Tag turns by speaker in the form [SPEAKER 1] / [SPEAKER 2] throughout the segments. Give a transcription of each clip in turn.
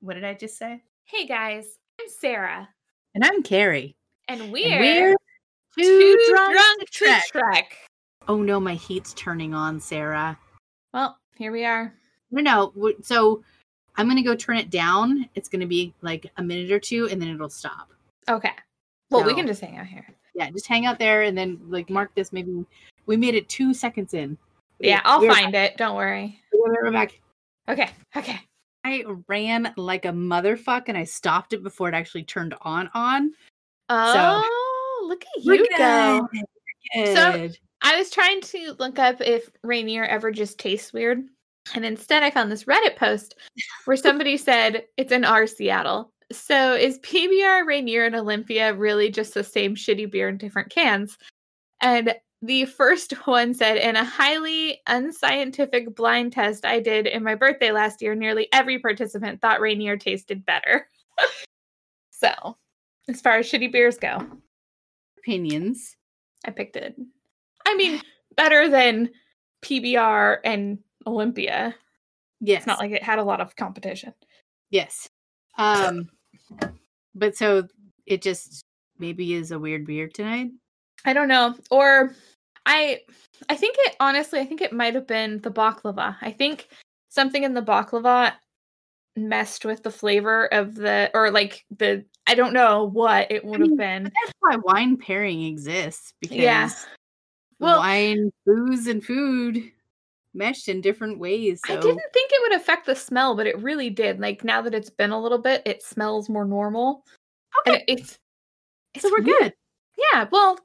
[SPEAKER 1] What did I just say?
[SPEAKER 2] Hey guys, I'm Sarah,
[SPEAKER 1] And I'm Carrie.
[SPEAKER 2] and
[SPEAKER 1] and
[SPEAKER 2] we're,
[SPEAKER 1] we're
[SPEAKER 2] too drunk,
[SPEAKER 1] to
[SPEAKER 2] to
[SPEAKER 1] trek.
[SPEAKER 2] trek.
[SPEAKER 1] Oh no, my heat's turning on, Sarah.
[SPEAKER 2] Well, here we are.
[SPEAKER 1] No, no. w- So I'm gonna go turn it down. It's gonna be like a minute or two, and then it'll stop.
[SPEAKER 2] Okay. Well, we
[SPEAKER 1] So-
[SPEAKER 2] can just hang out here.
[SPEAKER 1] Yeah, just hang out there, and then like mark this. Maybe we made it two seconds in.
[SPEAKER 2] Yeah, I'll
[SPEAKER 1] We're-
[SPEAKER 2] find it. Don't worry.
[SPEAKER 1] We're back.
[SPEAKER 2] Okay. Okay.
[SPEAKER 1] I ran like a motherfucker, and I stopped it before it actually turned on. On
[SPEAKER 2] Oh, look at you go.
[SPEAKER 1] We're
[SPEAKER 2] So-
[SPEAKER 1] good.
[SPEAKER 2] I was trying to look up if Rainier ever just tastes weird. And instead, I found this Reddit post where somebody said it's in our Seattle. So is PBR, Rainier, and Olympia really just the same shitty beer in different cans? And the first one said, in a highly unscientific blind test I did in my birthday last year, nearly every participant thought Rainier tasted better. so, as far as shitty beers go,
[SPEAKER 1] opinions.
[SPEAKER 2] I picked it. I mean, better than PBR and Olympia.
[SPEAKER 1] Yes.
[SPEAKER 2] It's not like it had a lot of competition.
[SPEAKER 1] Yes. Um but so it just maybe is a weird beer tonight.
[SPEAKER 2] I don't know. Or I I think it honestly, I think it might have been the baklava. I think something in the baklava messed with the flavor of the or like the I don't know what it would
[SPEAKER 1] mean,
[SPEAKER 2] have been.
[SPEAKER 1] But that's why wine pairing exists because
[SPEAKER 2] Yeah. Well-
[SPEAKER 1] wine, booze and food meshed in different ways. So
[SPEAKER 2] I didn't think it would affect the smell, but it really did. Like now that it's been a little bit, it smells more normal. And
[SPEAKER 1] Okay.
[SPEAKER 2] it's it's
[SPEAKER 1] so we're
[SPEAKER 2] weird.
[SPEAKER 1] good.
[SPEAKER 2] Yeah, well,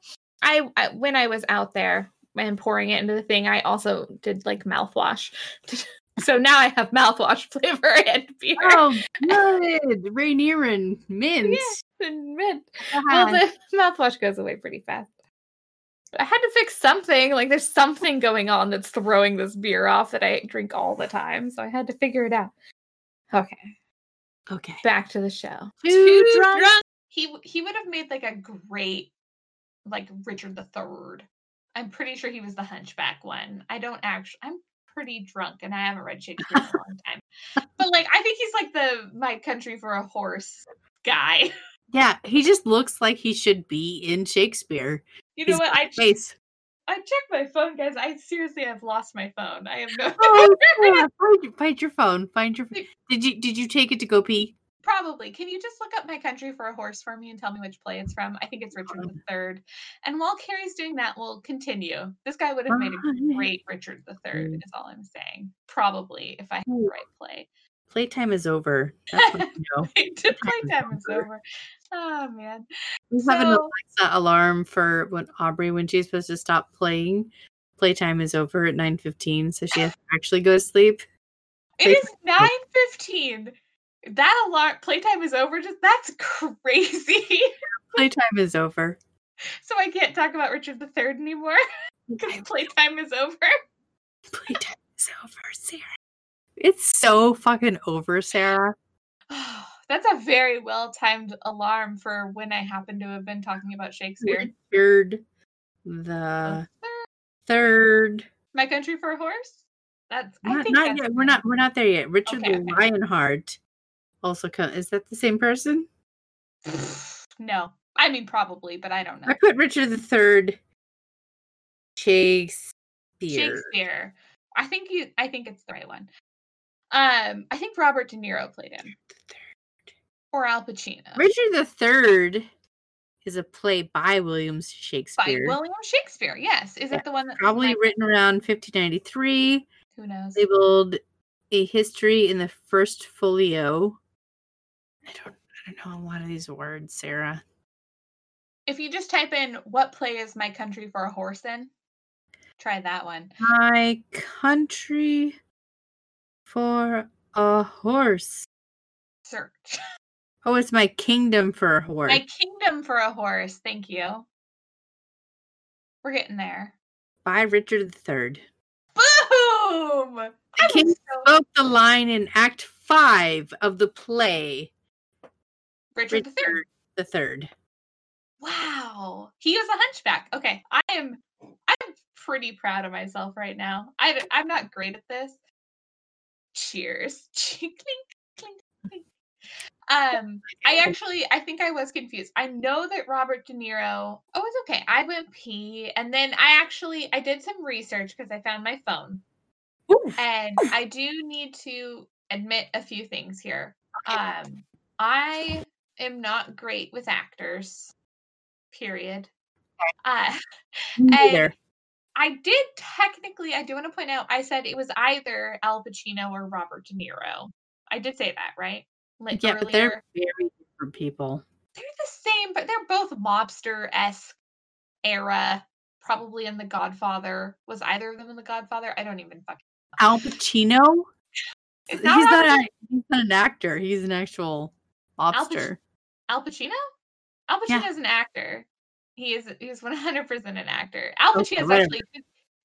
[SPEAKER 2] I, I when I was out there and pouring it into the thing, I also did like mouthwash. so now I have mouthwash flavor and beer.
[SPEAKER 1] Oh good. Rainier and mint.
[SPEAKER 2] and mint. Well,
[SPEAKER 1] Ah,
[SPEAKER 2] the mouthwash goes away pretty fast. But I had to fix something. Like there's something going on that's throwing this beer off that I drink all the time. So I had to figure it out. Okay,
[SPEAKER 1] okay.
[SPEAKER 2] back to the show.
[SPEAKER 1] Too drunk.
[SPEAKER 2] He w- he would have made like a great like Richard the Third. I'm pretty sure he was the Hunchback one. I don't actually. I'm pretty drunk, and I haven't read Shakespeare in a long time. But like, I think he's like the My Country for a Horse guy.
[SPEAKER 1] Yeah, he just looks like he should be in Shakespeare.
[SPEAKER 2] You know
[SPEAKER 1] He's
[SPEAKER 2] what? I ch-
[SPEAKER 1] Face.
[SPEAKER 2] I checked my phone, guys. I seriously have lost my phone. I have no.
[SPEAKER 1] Oh, yeah, find, your- find your phone. Find your Did you did you take it to go pee?
[SPEAKER 2] Probably. Can you just look up My Country for a Horse for me and tell me which play it's from? I think it's Richard the Third. And while Carrie's doing that, we'll continue. This guy would have made a
[SPEAKER 1] Fine.
[SPEAKER 2] great Richard the Third,
[SPEAKER 1] Mm.
[SPEAKER 2] is all I'm saying. Probably, if I had the
[SPEAKER 1] Mm.
[SPEAKER 2] right play.
[SPEAKER 1] Playtime is over. That's what you know.
[SPEAKER 2] Playtime is
[SPEAKER 1] over.
[SPEAKER 2] over. Oh man.
[SPEAKER 1] We have an
[SPEAKER 2] So-
[SPEAKER 1] Alexa alarm for when Aubrey when she's supposed to stop playing. Playtime is over at nine fifteen, so she has to actually go to sleep.
[SPEAKER 2] It is nine fifteen. That alarm playtime is over. Just that's crazy.
[SPEAKER 1] Playtime is over.
[SPEAKER 2] so I can't talk about Richard the Third anymore because
[SPEAKER 1] Playtime
[SPEAKER 2] playtime is over.
[SPEAKER 1] playtime is over, Sarah. It's so fucking over, Sarah.
[SPEAKER 2] That's a very well timed alarm for when I happen to have been talking about Shakespeare.
[SPEAKER 1] Richard
[SPEAKER 2] Oh.
[SPEAKER 1] the third.
[SPEAKER 2] My Country for a Horse? That's I
[SPEAKER 1] Not,
[SPEAKER 2] think
[SPEAKER 1] not
[SPEAKER 2] that's
[SPEAKER 1] yet.
[SPEAKER 2] the
[SPEAKER 1] We're
[SPEAKER 2] name.
[SPEAKER 1] not. We're not there yet. Richard
[SPEAKER 2] Okay,
[SPEAKER 1] the Lionheart. Also, co- is that the same person?
[SPEAKER 2] No. I mean probably, but I don't know.
[SPEAKER 1] I put Richard the Third. Shakespeare.
[SPEAKER 2] Shakespeare. I think you I think it's the right one. Um I think Robert De Niro played him. Or Al Pacino.
[SPEAKER 1] Richard the Third is a play by William
[SPEAKER 2] by
[SPEAKER 1] Shakespeare.
[SPEAKER 2] William Shakespeare, yes. Is
[SPEAKER 1] Yeah,
[SPEAKER 2] it the one that
[SPEAKER 1] probably
[SPEAKER 2] like,
[SPEAKER 1] written around 1593,
[SPEAKER 2] who knows?
[SPEAKER 1] labeled "A History in the First Folio." I don't. I don't know a lot of these words, Sarah.
[SPEAKER 2] If you just type in what play is My Country for a Horse in, try that one.
[SPEAKER 1] My country for a horse.
[SPEAKER 2] Search.
[SPEAKER 1] Oh, it's my kingdom for a horse.
[SPEAKER 2] My kingdom for a horse. Thank you. We're getting there.
[SPEAKER 1] by Richard the Third.
[SPEAKER 2] Boom! I was
[SPEAKER 1] king
[SPEAKER 2] so-
[SPEAKER 1] Spoke the line in Act Five of the play.
[SPEAKER 2] Richard the Third.
[SPEAKER 1] Richard the Third.
[SPEAKER 2] Wow, he is a hunchback. Okay, I am. I'm pretty proud of myself right now. I d- I'm not great at this. Cheers. Clink, clink, clink, clink. Um, I actually, I think I was confused. I know that Robert De Niro. Oh, it's okay. I went pee, and then I actually I did some research because I found my phone, and I do need to admit a few things here. Um, I am not great with actors. Period. Uh,
[SPEAKER 3] Neither.
[SPEAKER 2] I did technically. I do want to point out. I said it was either Al Pacino or Robert De Niro. I did say that, right? Like
[SPEAKER 3] yeah, but they're very different people.
[SPEAKER 2] they're the same, but they're both mobster esque era. Probably in The Godfather. Was either of them in The Godfather? I don't even fucking.
[SPEAKER 3] Al Pacino?
[SPEAKER 2] It's not
[SPEAKER 3] he's
[SPEAKER 2] Al
[SPEAKER 3] not
[SPEAKER 2] Pac-
[SPEAKER 3] a, he's not an actor. He's an actual
[SPEAKER 2] Pac-
[SPEAKER 3] lobster.
[SPEAKER 2] Al Pacino? Al
[SPEAKER 3] Yeah.
[SPEAKER 2] Pacino is an actor. He is he's one hundred percent an actor. Al
[SPEAKER 3] Okay,
[SPEAKER 2] Pacino is
[SPEAKER 3] whatever.
[SPEAKER 2] actually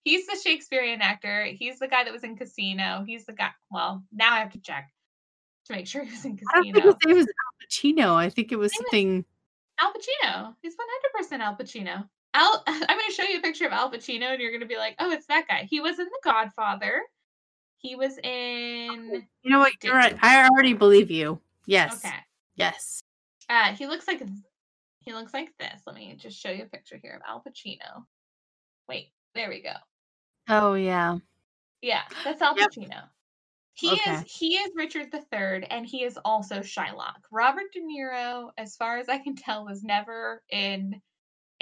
[SPEAKER 2] he's the Shakespearean actor. He's the guy that was in Casino. He's the guy. Well, now I have to check to make sure he was in
[SPEAKER 3] I don't think
[SPEAKER 2] Casino.
[SPEAKER 3] his name was Al Pacino. I think it was
[SPEAKER 2] Name is-
[SPEAKER 3] something.
[SPEAKER 2] Al Pacino. He's one hundred percent Al Pacino. Al, I'm going to show you a picture of Al Pacino, and you're going to be like, "Oh, it's that guy." He was in The Godfather. He was
[SPEAKER 3] Oh,
[SPEAKER 2] in.
[SPEAKER 3] You know what? You're right. I already believe you. Yes.
[SPEAKER 2] Okay.
[SPEAKER 3] Yes.
[SPEAKER 2] Uh, he looks like th- he looks like this. Let me just show you a picture here of Al Pacino. Wait, there we go.
[SPEAKER 3] Oh yeah.
[SPEAKER 2] Yeah, that's Al
[SPEAKER 3] Yep.
[SPEAKER 2] Pacino. He
[SPEAKER 3] Okay.
[SPEAKER 2] is he is Richard III, and he is also Shylock. Robert De Niro, as far as I can tell, was never in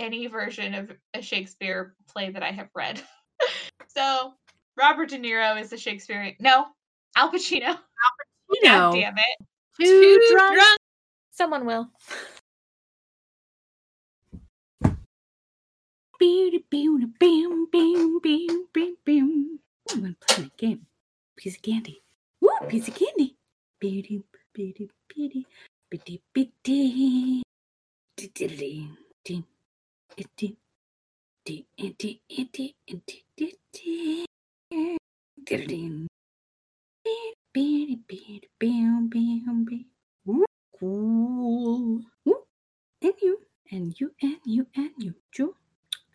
[SPEAKER 2] any version of a Shakespeare play that I have read. so Robert De Niro is the Shakespearean. No, Al Pacino.
[SPEAKER 3] You
[SPEAKER 2] God
[SPEAKER 3] know,
[SPEAKER 2] damn it!
[SPEAKER 3] two,
[SPEAKER 2] Too
[SPEAKER 3] drunk.
[SPEAKER 2] drunk. Someone will.
[SPEAKER 3] Beow, beow, beow, beow, beow, beow, beow. I'm gonna play my game. Piece of candy. Woo! Piece of candy. Beow, beow, beow, beow, beow, beow. Dee, dee, dee, dee, dee, dee, dee, dee, dee, dee, dee, dee, dee, dee, dee, dee. Beow, beow, beow, beow, beow, beow. Woo, cool. Woo, and you, and you, and you, and you, Joe.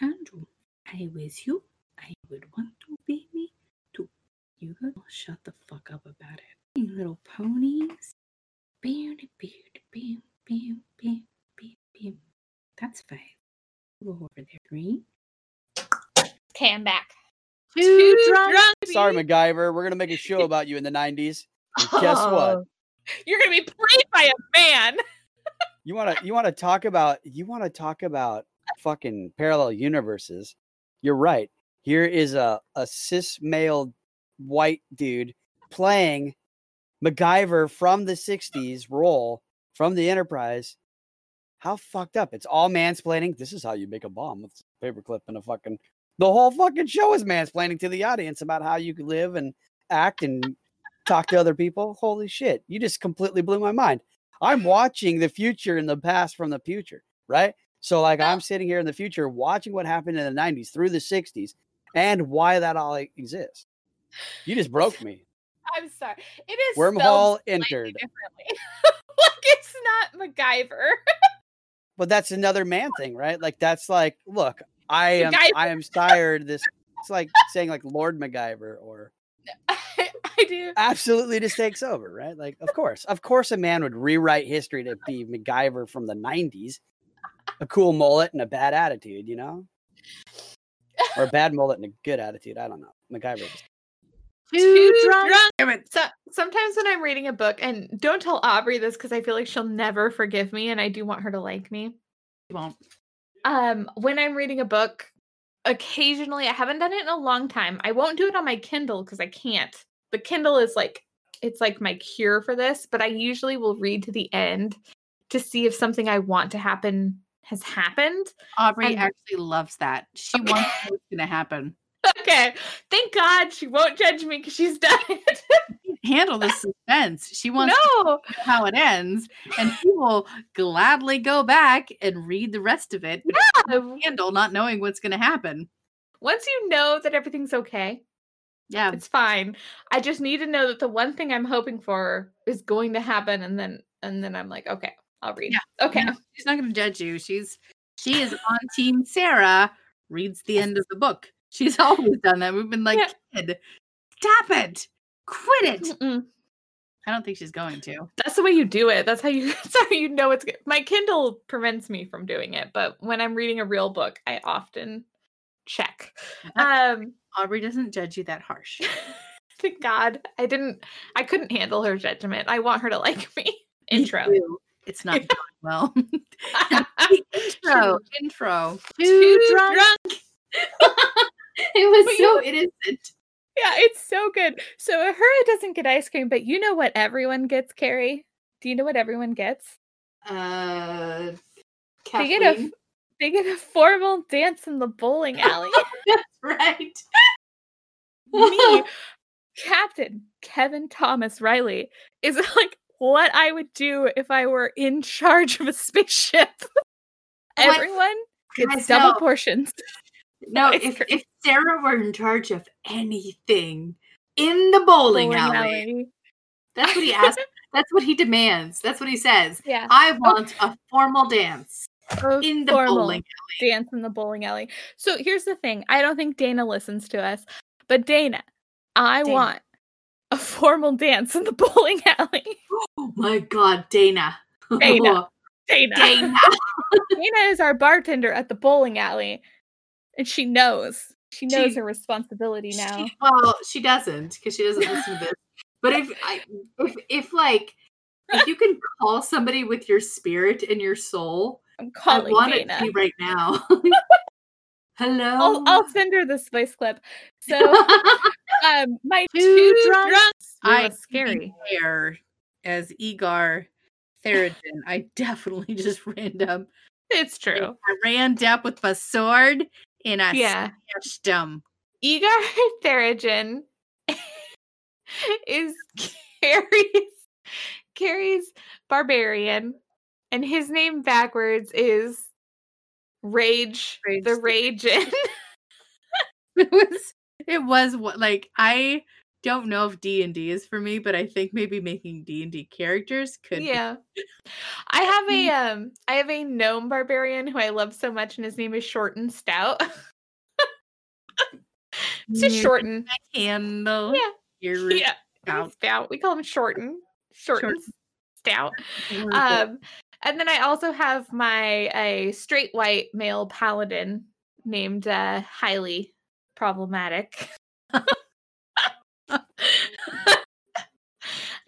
[SPEAKER 3] Andrew, I with you. I would want to be me too. You gotta shut the fuck up about it. You little ponies. Beard, beard, beard, beard, beard, beard, beard. That's five. Go over there. Three.
[SPEAKER 2] Cam back.
[SPEAKER 3] Two,
[SPEAKER 4] Sorry, MacGyver. We're gonna make a show about you in the '90s. And guess what?
[SPEAKER 2] Oh. You're gonna be played by a man.
[SPEAKER 4] You wanna you wanna talk about you wanna talk about fucking parallel universes. You're right. Here is a a cis male white dude playing MacGyver from the '60s role from the Enterprise. How fucked up! It's all mansplaining. This is how you make a bomb with a paperclip and a fucking. The whole fucking show is mansplaining to the audience about how you could live and act and talk to other people. Holy shit! You just completely blew my mind. I'm watching the future and the past from the future, right? So like
[SPEAKER 2] Well-
[SPEAKER 4] I'm sitting here in the future watching what happened in the 90s through the 60s and why that all e- exists. You just broke me.
[SPEAKER 2] I'm sorry. It is spelled
[SPEAKER 4] Wormhole
[SPEAKER 2] slightly
[SPEAKER 4] entered.
[SPEAKER 2] differently. like it's not MacGyver.
[SPEAKER 4] But that's another man thing, right? Like that's like, look, I am
[SPEAKER 2] MacGyver.
[SPEAKER 4] I am tired of this it's like saying like Lord MacGyver or
[SPEAKER 2] I, I do.
[SPEAKER 4] absolutely just takes over, right? Like, of course, of course, a man would rewrite history to be MacGyver from the '90s, a cool mullet and a bad attitude, you know, or a bad mullet and a good attitude. I don't know. MacGyver. was-
[SPEAKER 2] Too
[SPEAKER 3] drunk.
[SPEAKER 2] drunk.
[SPEAKER 3] Damn it.
[SPEAKER 2] So sometimes when I'm reading a book, and don't tell Aubrey this because I feel like she'll never forgive me, and I do want her to like me.
[SPEAKER 3] You won't.
[SPEAKER 2] Um, when I'm reading a book, occasionally I haven't done it in a long time. I won't do it on my Kindle because I can't. The Kindle is like it's like my cure for this, but I usually will read to the end to see if something I want to happen has happened.
[SPEAKER 3] Aubrey
[SPEAKER 2] And-
[SPEAKER 3] actually loves that. She
[SPEAKER 2] Okay.
[SPEAKER 3] wants to know what's gonna happen.
[SPEAKER 2] Okay. Thank God she won't judge me because she's done it.
[SPEAKER 3] Handle the suspense. She wants
[SPEAKER 2] no.
[SPEAKER 3] to know how it ends, and she will gladly go back and read the rest of it. but
[SPEAKER 2] Um,
[SPEAKER 3] handle not knowing what's going to happen.
[SPEAKER 2] Once you know that everything's okay,
[SPEAKER 3] Yeah.
[SPEAKER 2] it's fine. I just need to know that the one thing I'm hoping for is going to happen and then and then I'm like, okay, I'll read. Okay.
[SPEAKER 3] No, she's not going to judge you. She's she is on team Sarah reads the end of the book. She's always done that. We've been like,
[SPEAKER 2] Yeah.
[SPEAKER 3] Mm-hmm. kid, stop it. Quit it.
[SPEAKER 2] Mm-mm.
[SPEAKER 3] I don't think she's going to.
[SPEAKER 2] That's the way you do it. That's how you. That's how you know it's good. My Kindle prevents me from doing it, but when I'm reading a real book, I often check. Um,
[SPEAKER 3] Aubrey doesn't judge you that harsh.
[SPEAKER 2] thank God, I didn't. I couldn't handle her judgment. I want her to like me.
[SPEAKER 3] Me
[SPEAKER 2] Intro.
[SPEAKER 3] too. It's not going well. intro.
[SPEAKER 2] True.
[SPEAKER 3] Intro.
[SPEAKER 2] Too drunk.
[SPEAKER 3] It
[SPEAKER 2] But
[SPEAKER 3] was
[SPEAKER 2] you-
[SPEAKER 3] so innocent.
[SPEAKER 2] Yeah, it's so good. So Ahura doesn't get ice cream, but you know what everyone gets, Carrie? Do you know what everyone gets?
[SPEAKER 3] Uh,
[SPEAKER 2] They get a f-
[SPEAKER 3] Kathleen,
[SPEAKER 2] they get a formal dance in the bowling alley.
[SPEAKER 3] right?
[SPEAKER 2] Me, Captain Kevin Thomas Riley, is like what I would do if I were in charge of a spaceship.
[SPEAKER 3] What?
[SPEAKER 2] Everyone gets
[SPEAKER 3] Guys,
[SPEAKER 2] double
[SPEAKER 3] no.
[SPEAKER 2] portions.
[SPEAKER 3] No,
[SPEAKER 2] ice
[SPEAKER 3] if,
[SPEAKER 2] cream.
[SPEAKER 3] if Sarah were in charge of anything in the bowling, alley, that's what he asks. that's what he demands. That's what he says.
[SPEAKER 2] Yeah.
[SPEAKER 3] I want a formal dance
[SPEAKER 2] a
[SPEAKER 3] in the
[SPEAKER 2] formal
[SPEAKER 3] bowling.
[SPEAKER 2] dance in the bowling alley. So here's the thing. I don't think Dana listens to us, but Dana, I
[SPEAKER 3] Dana.
[SPEAKER 2] want a formal dance in the bowling alley.
[SPEAKER 3] Oh my God, Dana.
[SPEAKER 2] Dana. Dana.
[SPEAKER 3] Dana.
[SPEAKER 2] Dana is our bartender at the bowling alley, and she knows. She knows
[SPEAKER 3] She-
[SPEAKER 2] her responsibility now.
[SPEAKER 3] She, well, she doesn't because she doesn't listen to this. But if I, if if like if you can call somebody with your spirit and your soul,
[SPEAKER 2] I'm
[SPEAKER 3] I
[SPEAKER 2] calling
[SPEAKER 3] want
[SPEAKER 2] Dana.
[SPEAKER 3] it to be right now. Hello.
[SPEAKER 1] Oh,
[SPEAKER 2] I'll, I'll send her this voice clip. So, um, my two,
[SPEAKER 3] drunk-
[SPEAKER 2] drunks. We
[SPEAKER 3] I
[SPEAKER 2] look scary.
[SPEAKER 3] Air as Egar Therogen. I definitely just ran up.
[SPEAKER 2] It's true.
[SPEAKER 3] I ran up with my sword and I
[SPEAKER 2] Yeah.
[SPEAKER 3] smashed them.
[SPEAKER 2] Igor Therigen is Carrie's Carrie's barbarian, and his name backwards is Rage,
[SPEAKER 3] Rage
[SPEAKER 2] the
[SPEAKER 3] the-
[SPEAKER 2] Raging.
[SPEAKER 1] it was it was what like I don't know if D and D is for me, but I think maybe making D and D characters could. be-
[SPEAKER 2] yeah. I have a um I have a gnome barbarian who I love so much and his name is Short and Stout. to
[SPEAKER 1] Yeah.
[SPEAKER 2] shorten.
[SPEAKER 1] handle.
[SPEAKER 2] Yeah.
[SPEAKER 1] Your
[SPEAKER 2] Yeah.
[SPEAKER 1] Stout.
[SPEAKER 2] Stout. We call him Shorten. Shorten. Stout.
[SPEAKER 1] Wonderful.
[SPEAKER 2] Um, and then I also have my a straight white male paladin named uh, highly problematic. I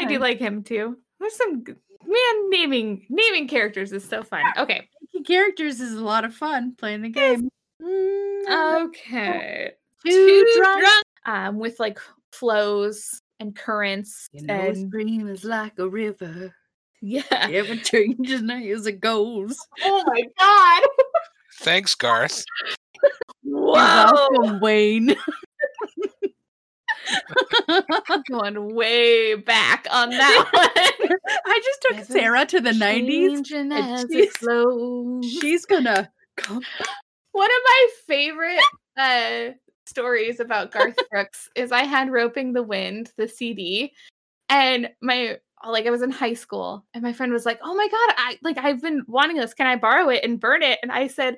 [SPEAKER 1] Okay.
[SPEAKER 2] do like him too. There's some g- man naming naming characters is so fun. Okay,
[SPEAKER 1] Making characters is a lot of fun playing the game. Mm-hmm.
[SPEAKER 2] okay.
[SPEAKER 3] Two,
[SPEAKER 2] drunk. Um, with like flows and currents
[SPEAKER 1] You know,
[SPEAKER 2] and
[SPEAKER 1] stream is like a river.
[SPEAKER 2] yeah.
[SPEAKER 1] Ever changes now as it goes.
[SPEAKER 2] Oh my god!
[SPEAKER 5] Thanks, Garth.
[SPEAKER 1] You're
[SPEAKER 2] Whoa.
[SPEAKER 1] welcome, Wayne.
[SPEAKER 2] going way back on that one.
[SPEAKER 1] I just took
[SPEAKER 3] Ever
[SPEAKER 1] Sarah to the nineties.
[SPEAKER 2] Changing
[SPEAKER 1] and
[SPEAKER 2] as it
[SPEAKER 1] she's-
[SPEAKER 2] flows.
[SPEAKER 1] She's gonna come
[SPEAKER 2] One of my favorite uh, stories about Garth Brooks is I had Roping the Wind, the CD, and my like I was in high school and my friend was like, "Oh my god, I like I've been wanting this. Can I borrow it and burn it?" And I said,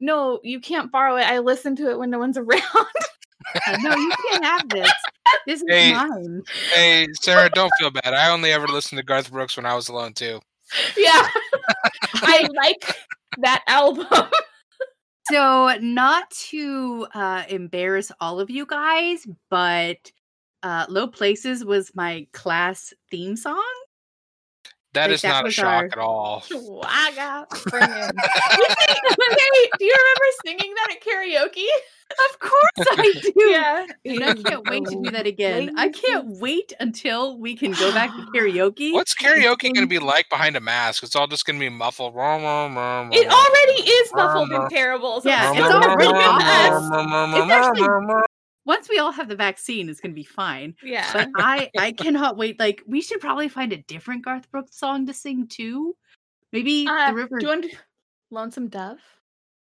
[SPEAKER 2] "No, you can't borrow it. I listen to it when no one's around."
[SPEAKER 1] No, you can't have this. This is
[SPEAKER 5] Hey.
[SPEAKER 1] mine.
[SPEAKER 5] Hey, Sarah, don't feel bad. I only ever listened to Garth Brooks when I was alone too.
[SPEAKER 2] yeah. I like that album.
[SPEAKER 1] So, not to uh, embarrass all of you guys, but uh, Low Places was my class theme song.
[SPEAKER 5] That
[SPEAKER 1] Like,
[SPEAKER 5] is
[SPEAKER 1] that
[SPEAKER 5] not a
[SPEAKER 1] was
[SPEAKER 5] shock
[SPEAKER 1] our-
[SPEAKER 5] at all.
[SPEAKER 2] Chihuahua. Bring him. You sing- Wait, do you remember singing that at karaoke?
[SPEAKER 1] Of course I do.
[SPEAKER 2] Yeah.
[SPEAKER 1] And I can't wait to do that again. I can't wait until we can go back to karaoke.
[SPEAKER 5] What's karaoke going to be like behind a mask? It's all just going to be muffled. Rum, rum, rum,
[SPEAKER 2] It
[SPEAKER 5] rum,
[SPEAKER 2] already is muffled and terrible. So
[SPEAKER 1] Yeah,
[SPEAKER 5] rum,
[SPEAKER 2] it's
[SPEAKER 5] rum,
[SPEAKER 1] all
[SPEAKER 5] rum,
[SPEAKER 2] already
[SPEAKER 1] really
[SPEAKER 5] rum,
[SPEAKER 1] bad.
[SPEAKER 2] us.
[SPEAKER 5] rum, rum, rum,
[SPEAKER 1] It's
[SPEAKER 5] rum,
[SPEAKER 1] actually-
[SPEAKER 5] rum, rum.
[SPEAKER 1] Once we all have the vaccine, it's going to be fine.
[SPEAKER 2] Yeah.
[SPEAKER 1] But I, I cannot wait. Like, we should probably find a different Garth Brooks song to sing too. Maybe
[SPEAKER 2] Uh,
[SPEAKER 1] the river
[SPEAKER 2] Do you want to Lonesome Dove?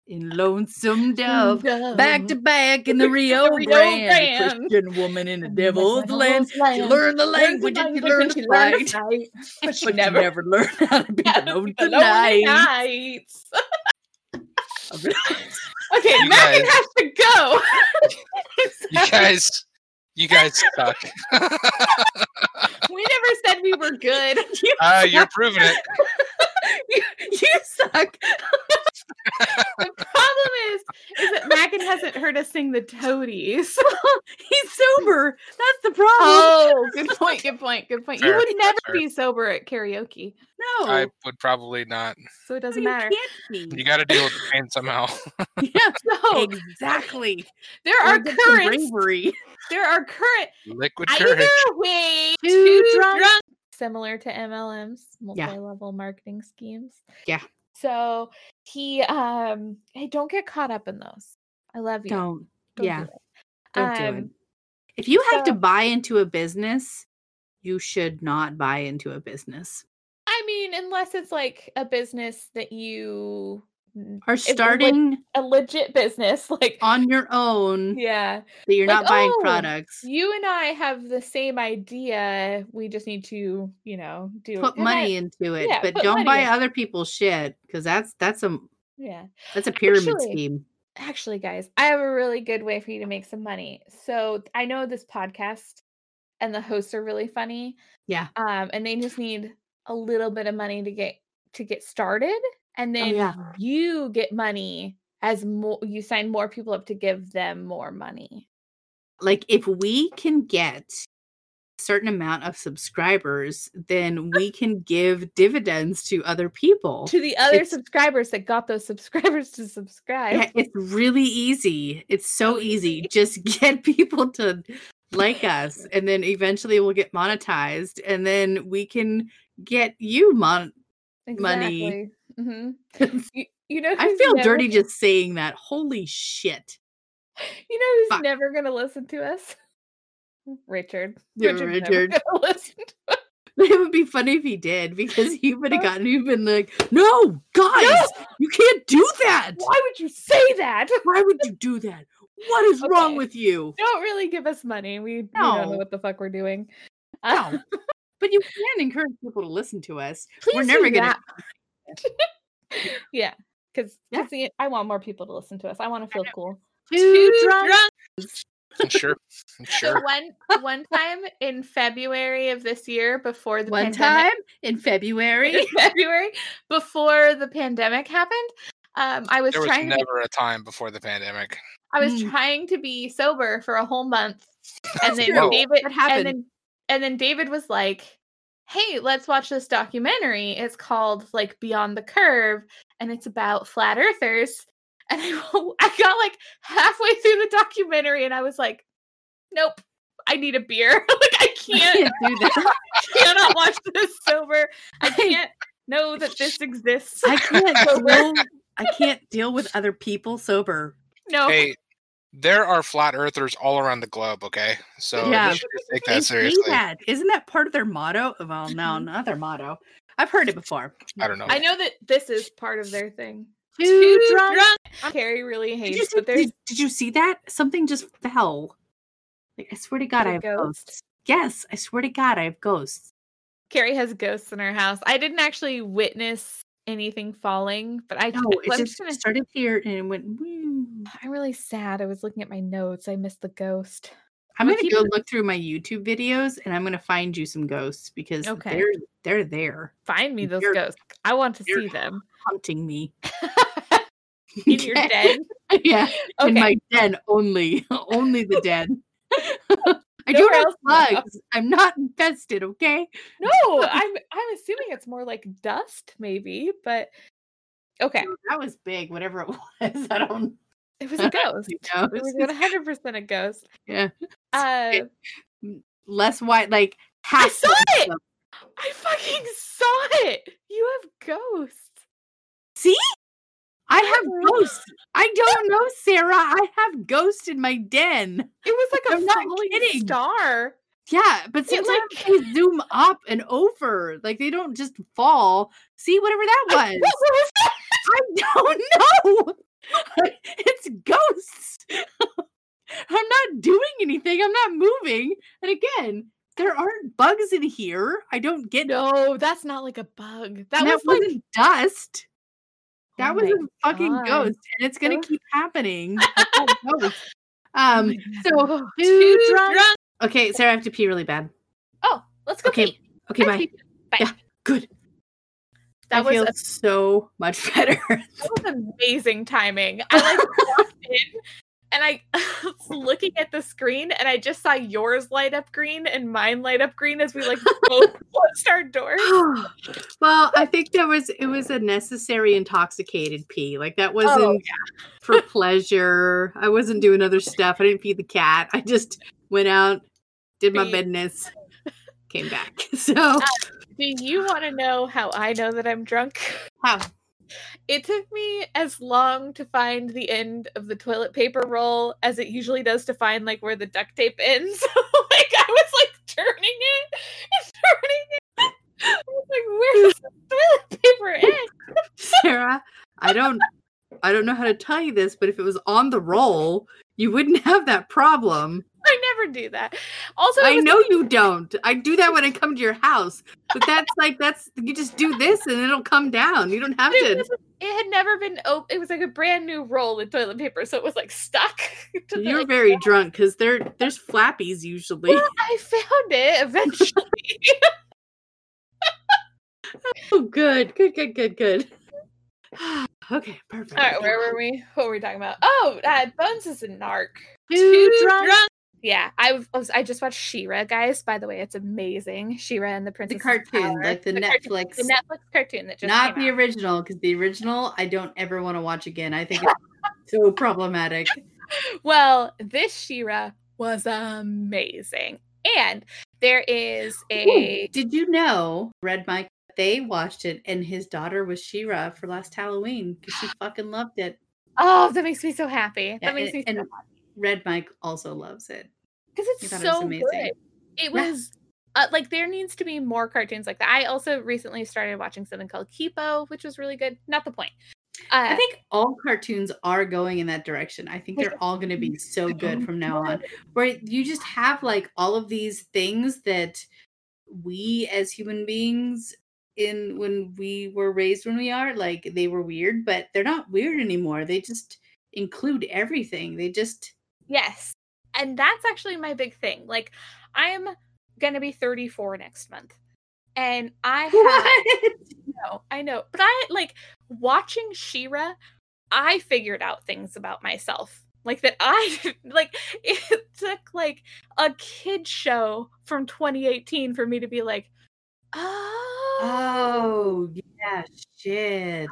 [SPEAKER 1] in Lonesome Dove. Back to
[SPEAKER 2] Dove.
[SPEAKER 1] back in the Rio,
[SPEAKER 2] Rio
[SPEAKER 1] Grande, a
[SPEAKER 2] Grande.
[SPEAKER 1] Christian woman in a
[SPEAKER 2] And
[SPEAKER 1] devil's
[SPEAKER 2] the
[SPEAKER 1] land. She
[SPEAKER 2] land.
[SPEAKER 1] learned the
[SPEAKER 2] Learned
[SPEAKER 1] language and she
[SPEAKER 2] language
[SPEAKER 1] learned
[SPEAKER 2] she
[SPEAKER 1] to
[SPEAKER 2] learned to
[SPEAKER 1] fight.
[SPEAKER 2] fight. But she
[SPEAKER 1] But
[SPEAKER 2] never,
[SPEAKER 1] never learned how to be
[SPEAKER 2] had
[SPEAKER 1] alone
[SPEAKER 2] the lonely
[SPEAKER 1] tonight.
[SPEAKER 2] nights. Okay,
[SPEAKER 5] You
[SPEAKER 2] Megan
[SPEAKER 5] guys-
[SPEAKER 2] has to go.
[SPEAKER 5] You guys, You guys suck.
[SPEAKER 2] We never said we were good.
[SPEAKER 1] You,
[SPEAKER 5] uh, you're proving it.
[SPEAKER 1] you, you suck.
[SPEAKER 2] The problem is, is that Mackin hasn't heard us sing the toadies.
[SPEAKER 1] He's sober. That's the problem.
[SPEAKER 2] Oh, good point. Good point. Good point.
[SPEAKER 5] Fair,
[SPEAKER 2] you would never
[SPEAKER 5] fair.
[SPEAKER 2] be sober at karaoke,
[SPEAKER 1] no,
[SPEAKER 5] I would probably not.
[SPEAKER 2] so it
[SPEAKER 1] no,
[SPEAKER 2] doesn't
[SPEAKER 1] you
[SPEAKER 2] matter.
[SPEAKER 1] can't be.
[SPEAKER 5] You got to deal with the pain somehow.
[SPEAKER 2] So
[SPEAKER 1] exactly.
[SPEAKER 2] there are
[SPEAKER 1] Gotta get some
[SPEAKER 2] current.
[SPEAKER 1] bravery.
[SPEAKER 2] There are current.
[SPEAKER 5] Liquid
[SPEAKER 2] Either
[SPEAKER 5] courage.
[SPEAKER 2] way,
[SPEAKER 1] Too drunk.
[SPEAKER 2] Similar to MLM's
[SPEAKER 1] Yeah.
[SPEAKER 2] multi-level marketing schemes.
[SPEAKER 1] Yeah.
[SPEAKER 2] So he, um, hey, don't get caught up in those. I love you.
[SPEAKER 1] Don't.
[SPEAKER 2] Don't
[SPEAKER 1] yeah.
[SPEAKER 2] do it.
[SPEAKER 1] Don't do it.
[SPEAKER 2] Um,
[SPEAKER 1] If you have to
[SPEAKER 2] so-
[SPEAKER 1] buy into a business, you should not buy into a business.
[SPEAKER 2] I mean, unless it's like a business that you
[SPEAKER 1] Or
[SPEAKER 2] like-
[SPEAKER 1] starting
[SPEAKER 2] a legit business, like
[SPEAKER 1] on your own
[SPEAKER 2] yeah.
[SPEAKER 1] that you're
[SPEAKER 2] Like,
[SPEAKER 1] not buying
[SPEAKER 2] oh,
[SPEAKER 1] products.
[SPEAKER 2] You and I have the same idea. We just need to, you know, do
[SPEAKER 1] Put
[SPEAKER 2] and I-
[SPEAKER 1] money into it,
[SPEAKER 2] yeah,
[SPEAKER 1] but
[SPEAKER 2] put
[SPEAKER 1] don't
[SPEAKER 2] money
[SPEAKER 1] buy
[SPEAKER 2] in.
[SPEAKER 1] other people's shit because that's that's a
[SPEAKER 2] yeah.
[SPEAKER 1] that's a pyramid
[SPEAKER 2] Actually,
[SPEAKER 1] scheme.
[SPEAKER 2] Actually, guys, I have a really good way for you to make some money. So I know this podcast and the hosts are really funny.
[SPEAKER 1] Yeah.
[SPEAKER 2] Um, and they just need a little bit of money to get to get started, and then
[SPEAKER 1] Oh, yeah.
[SPEAKER 2] you get money as more you sign more people up to give them more money.
[SPEAKER 1] Like if we can get a certain amount of subscribers, then we can give dividends to other people.
[SPEAKER 2] to the other
[SPEAKER 1] Oh, It's-
[SPEAKER 2] subscribers that got those subscribers to subscribe.
[SPEAKER 1] Yeah, it's really easy. It's so
[SPEAKER 2] So
[SPEAKER 1] easy.
[SPEAKER 2] easy.
[SPEAKER 1] Just get people to like us, and then eventually we'll get monetized, and then we can get you mon. money.
[SPEAKER 2] hmm
[SPEAKER 1] I
[SPEAKER 2] You, you know, who's
[SPEAKER 1] feel
[SPEAKER 2] never-
[SPEAKER 1] dirty just saying that. Holy shit,
[SPEAKER 2] You know who's
[SPEAKER 1] Fuck.
[SPEAKER 2] never gonna listen to us? Richard.
[SPEAKER 1] Yeah,
[SPEAKER 2] Richard's never
[SPEAKER 1] Richard.
[SPEAKER 2] gonna listen to us.
[SPEAKER 1] it would be funny if he did because he would have gotten. He'd been like, "No, guys, you can't do that.
[SPEAKER 2] Why would you say that?
[SPEAKER 1] Why would you do that? What is wrong
[SPEAKER 2] Okay.
[SPEAKER 1] with you?"
[SPEAKER 2] Don't really give us money. We, we don't
[SPEAKER 1] No.
[SPEAKER 2] know what the fuck we're doing. Uh,
[SPEAKER 1] No. But you can encourage people to listen to us.
[SPEAKER 2] please
[SPEAKER 1] We're never
[SPEAKER 2] do
[SPEAKER 1] gonna
[SPEAKER 2] that. yeah, because
[SPEAKER 1] Yeah.
[SPEAKER 2] I want more people to listen to us. I want to feel cool.
[SPEAKER 1] Too drunk.
[SPEAKER 5] sure. Sure.
[SPEAKER 2] So one one time in February of this year, before the
[SPEAKER 1] One
[SPEAKER 2] pandemic,
[SPEAKER 1] time in February.
[SPEAKER 2] in February before the pandemic happened. Um, I was
[SPEAKER 5] There was
[SPEAKER 2] trying to be,
[SPEAKER 5] never a time before the pandemic.
[SPEAKER 2] I was
[SPEAKER 1] Mm.
[SPEAKER 2] trying to be sober for a whole month, and then
[SPEAKER 5] true.
[SPEAKER 2] David
[SPEAKER 1] That happened.
[SPEAKER 2] and then and then David was like, "Hey, let's watch this documentary. It's called like Beyond the Curve, and it's about flat earthers." And I, w- I got like halfway through the documentary, and I was like, "Nope, I need a beer. like I can't."
[SPEAKER 1] can't do that.
[SPEAKER 2] cannot watch this sober. I can't know that this exists.
[SPEAKER 1] I can't
[SPEAKER 2] Sober.
[SPEAKER 1] deal, I can't deal with other people sober.
[SPEAKER 2] No.
[SPEAKER 5] Hey, there are flat earthers all around the globe, okay? So
[SPEAKER 1] Yeah.
[SPEAKER 5] yeah. Oh, should just take
[SPEAKER 1] They
[SPEAKER 5] that
[SPEAKER 1] say
[SPEAKER 5] seriously. Mm-hmm.
[SPEAKER 1] that. Isn't that part of their motto? Well, no,
[SPEAKER 2] Mhm.
[SPEAKER 1] not their motto. I've heard it before.
[SPEAKER 5] I don't know.
[SPEAKER 2] I know that this is part of their thing.
[SPEAKER 1] Too, drunk.
[SPEAKER 2] Carrie really
[SPEAKER 1] Did, you
[SPEAKER 2] hates,
[SPEAKER 1] see,
[SPEAKER 2] but there's
[SPEAKER 1] did, did you see that? Something just fell. Like I swear to God,
[SPEAKER 2] a
[SPEAKER 1] I have
[SPEAKER 2] ghost?
[SPEAKER 1] ghosts. Yes, I swear to God, I have ghosts.
[SPEAKER 2] Carrie has ghosts in her house. I didn't actually witness anything falling, but I
[SPEAKER 1] No, it
[SPEAKER 2] I'm
[SPEAKER 1] just
[SPEAKER 2] just gonna-
[SPEAKER 1] started here and it went. "Woo."
[SPEAKER 2] I'm really sad. I was looking at my notes. I missed the ghost.
[SPEAKER 1] I'm
[SPEAKER 2] I'll
[SPEAKER 1] gonna
[SPEAKER 2] keep
[SPEAKER 1] go
[SPEAKER 2] it-
[SPEAKER 1] look through my YouTube videos and I'm gonna find you some ghosts because
[SPEAKER 2] Okay.
[SPEAKER 1] they're they're there
[SPEAKER 2] Find me those
[SPEAKER 1] You're-
[SPEAKER 2] ghosts. I want to
[SPEAKER 1] you're-
[SPEAKER 2] see them.
[SPEAKER 1] hunting me.
[SPEAKER 2] In your
[SPEAKER 1] Okay.
[SPEAKER 2] den.
[SPEAKER 1] yeah,
[SPEAKER 2] Okay.
[SPEAKER 1] in my den only, only the den. I
[SPEAKER 2] Nowhere
[SPEAKER 1] don't have
[SPEAKER 2] else in the house.
[SPEAKER 1] bugs. I'm not infested. Okay.
[SPEAKER 2] No, I'm I'm assuming it's more like dust, maybe, but okay.
[SPEAKER 1] No, That was big. Whatever it was, I don't
[SPEAKER 2] It was a ghost. It
[SPEAKER 1] know.
[SPEAKER 2] was one hundred percent a ghost.
[SPEAKER 1] Yeah.
[SPEAKER 2] Uh,
[SPEAKER 1] It- Less white, like half.
[SPEAKER 2] I saw
[SPEAKER 1] the-
[SPEAKER 2] it. I fucking saw it. You have ghosts.
[SPEAKER 1] See, I have
[SPEAKER 2] No.
[SPEAKER 1] ghosts. I don't know, Sarah. I have ghosts in my den.
[SPEAKER 2] It was like a
[SPEAKER 1] I'm not
[SPEAKER 2] falling
[SPEAKER 1] kidding.
[SPEAKER 2] star.
[SPEAKER 1] Yeah, but
[SPEAKER 2] It,
[SPEAKER 1] sometimes
[SPEAKER 2] like-
[SPEAKER 1] they zoom up and over. Like they don't just fall. See, whatever that
[SPEAKER 2] I-
[SPEAKER 1] was.
[SPEAKER 2] what was that?
[SPEAKER 1] I don't know. it's ghosts. I'm not doing anything. I'm not moving. And again, there aren't bugs in here. I don't get
[SPEAKER 2] No, that's not like a bug. That
[SPEAKER 1] and
[SPEAKER 2] was like
[SPEAKER 1] wasn't dust. That
[SPEAKER 2] Oh
[SPEAKER 1] was
[SPEAKER 2] my
[SPEAKER 1] a fucking
[SPEAKER 2] God.
[SPEAKER 1] ghost, and it's gonna
[SPEAKER 2] That was-
[SPEAKER 1] keep happening. That ghost.
[SPEAKER 2] Oh
[SPEAKER 1] Um,
[SPEAKER 2] my God.
[SPEAKER 1] so
[SPEAKER 2] Oh,
[SPEAKER 1] too drunk. Okay, Sarah, I have to pee really bad.
[SPEAKER 2] Let's go.
[SPEAKER 1] Okay,
[SPEAKER 2] pee.
[SPEAKER 1] Okay,
[SPEAKER 2] Let's
[SPEAKER 1] bye.
[SPEAKER 2] pee. Bye.
[SPEAKER 1] Yeah, good.
[SPEAKER 2] That
[SPEAKER 1] I
[SPEAKER 2] was
[SPEAKER 1] feel
[SPEAKER 2] a-
[SPEAKER 1] so much better.
[SPEAKER 2] That was amazing timing. I like walked in and I was looking at the screen and I just saw yours light up green and mine light up green as we like both closed our doors.
[SPEAKER 1] well, I think that was it was a necessary intoxicated pee. Like
[SPEAKER 2] Oh,
[SPEAKER 1] that wasn't for pleasure. I wasn't doing other stuff. I didn't feed the cat. I just went out, did my
[SPEAKER 2] Feed. Uh,
[SPEAKER 1] business, came back. So
[SPEAKER 2] Do you want to know how I know that I'm drunk?
[SPEAKER 1] How?
[SPEAKER 2] It took me as long to find the end of the toilet paper roll as it usually does to find like where the duct tape ends. So, like I was like turning it and turning it. I was like, where does the toilet paper end?
[SPEAKER 1] Sarah, I don't I don't know how to tell you this, but if it was on the roll, you wouldn't have that problem.
[SPEAKER 2] I never do that. Also, it
[SPEAKER 1] I
[SPEAKER 2] was
[SPEAKER 1] know you don't. I do that when I come to your house. But that's like that's you just do this and it'll come down. You don't have
[SPEAKER 2] But it,
[SPEAKER 1] to.
[SPEAKER 2] wasn't- it had never been op- it was like a brand new roll in toilet paper so it was like stuck to the-
[SPEAKER 1] You're very drunk because there there's flappies usually.
[SPEAKER 2] Well, i found it eventually
[SPEAKER 1] Oh, good, good, good, good, good. okay, perfect.
[SPEAKER 2] all right where were we what were we talking about oh uh, bones is a narc
[SPEAKER 1] Too
[SPEAKER 2] Too
[SPEAKER 1] drunk.
[SPEAKER 2] yeah i was- was i just watched shira guys by the way it's amazing shira and the princess
[SPEAKER 1] cartoon, like the Netflix-
[SPEAKER 2] the netflix cartoon that just
[SPEAKER 1] Not
[SPEAKER 2] came
[SPEAKER 1] the
[SPEAKER 2] out.
[SPEAKER 1] original, because the original I don't ever want to watch again. I think it's so problematic.
[SPEAKER 2] well this shira was amazing and there is a
[SPEAKER 1] Ooh, Did you know Red Mike? They watched it, and his daughter was Shira for last Halloween because she fucking loved it.
[SPEAKER 2] oh that makes me so happy
[SPEAKER 1] Yeah,
[SPEAKER 2] that makes me
[SPEAKER 1] and, and Red Mike also loves it.
[SPEAKER 2] because
[SPEAKER 1] I
[SPEAKER 2] it's
[SPEAKER 1] thought it was
[SPEAKER 2] so
[SPEAKER 1] amazing.
[SPEAKER 2] good. It
[SPEAKER 1] Yeah.
[SPEAKER 2] was uh, like there needs to be more cartoons like that. I also recently started watching something called Kipo, which was really good. Not the point. Uh,
[SPEAKER 1] I think all cartoons are going in that direction. I think they're all going to be so good from now on, where you just have like all of these things that we as human beings in when we were raised when we are like they were weird, but they're not weird anymore. They just include everything. They just
[SPEAKER 2] yes, and that's actually my big thing. Like I'm gonna be 34 next month, and I have. know, I know. But I like watching Shira, I figured out things about myself. Like that I didn't- like it took like a kid show from 2018 for me to be like, "Oh,
[SPEAKER 1] oh yeah, shit.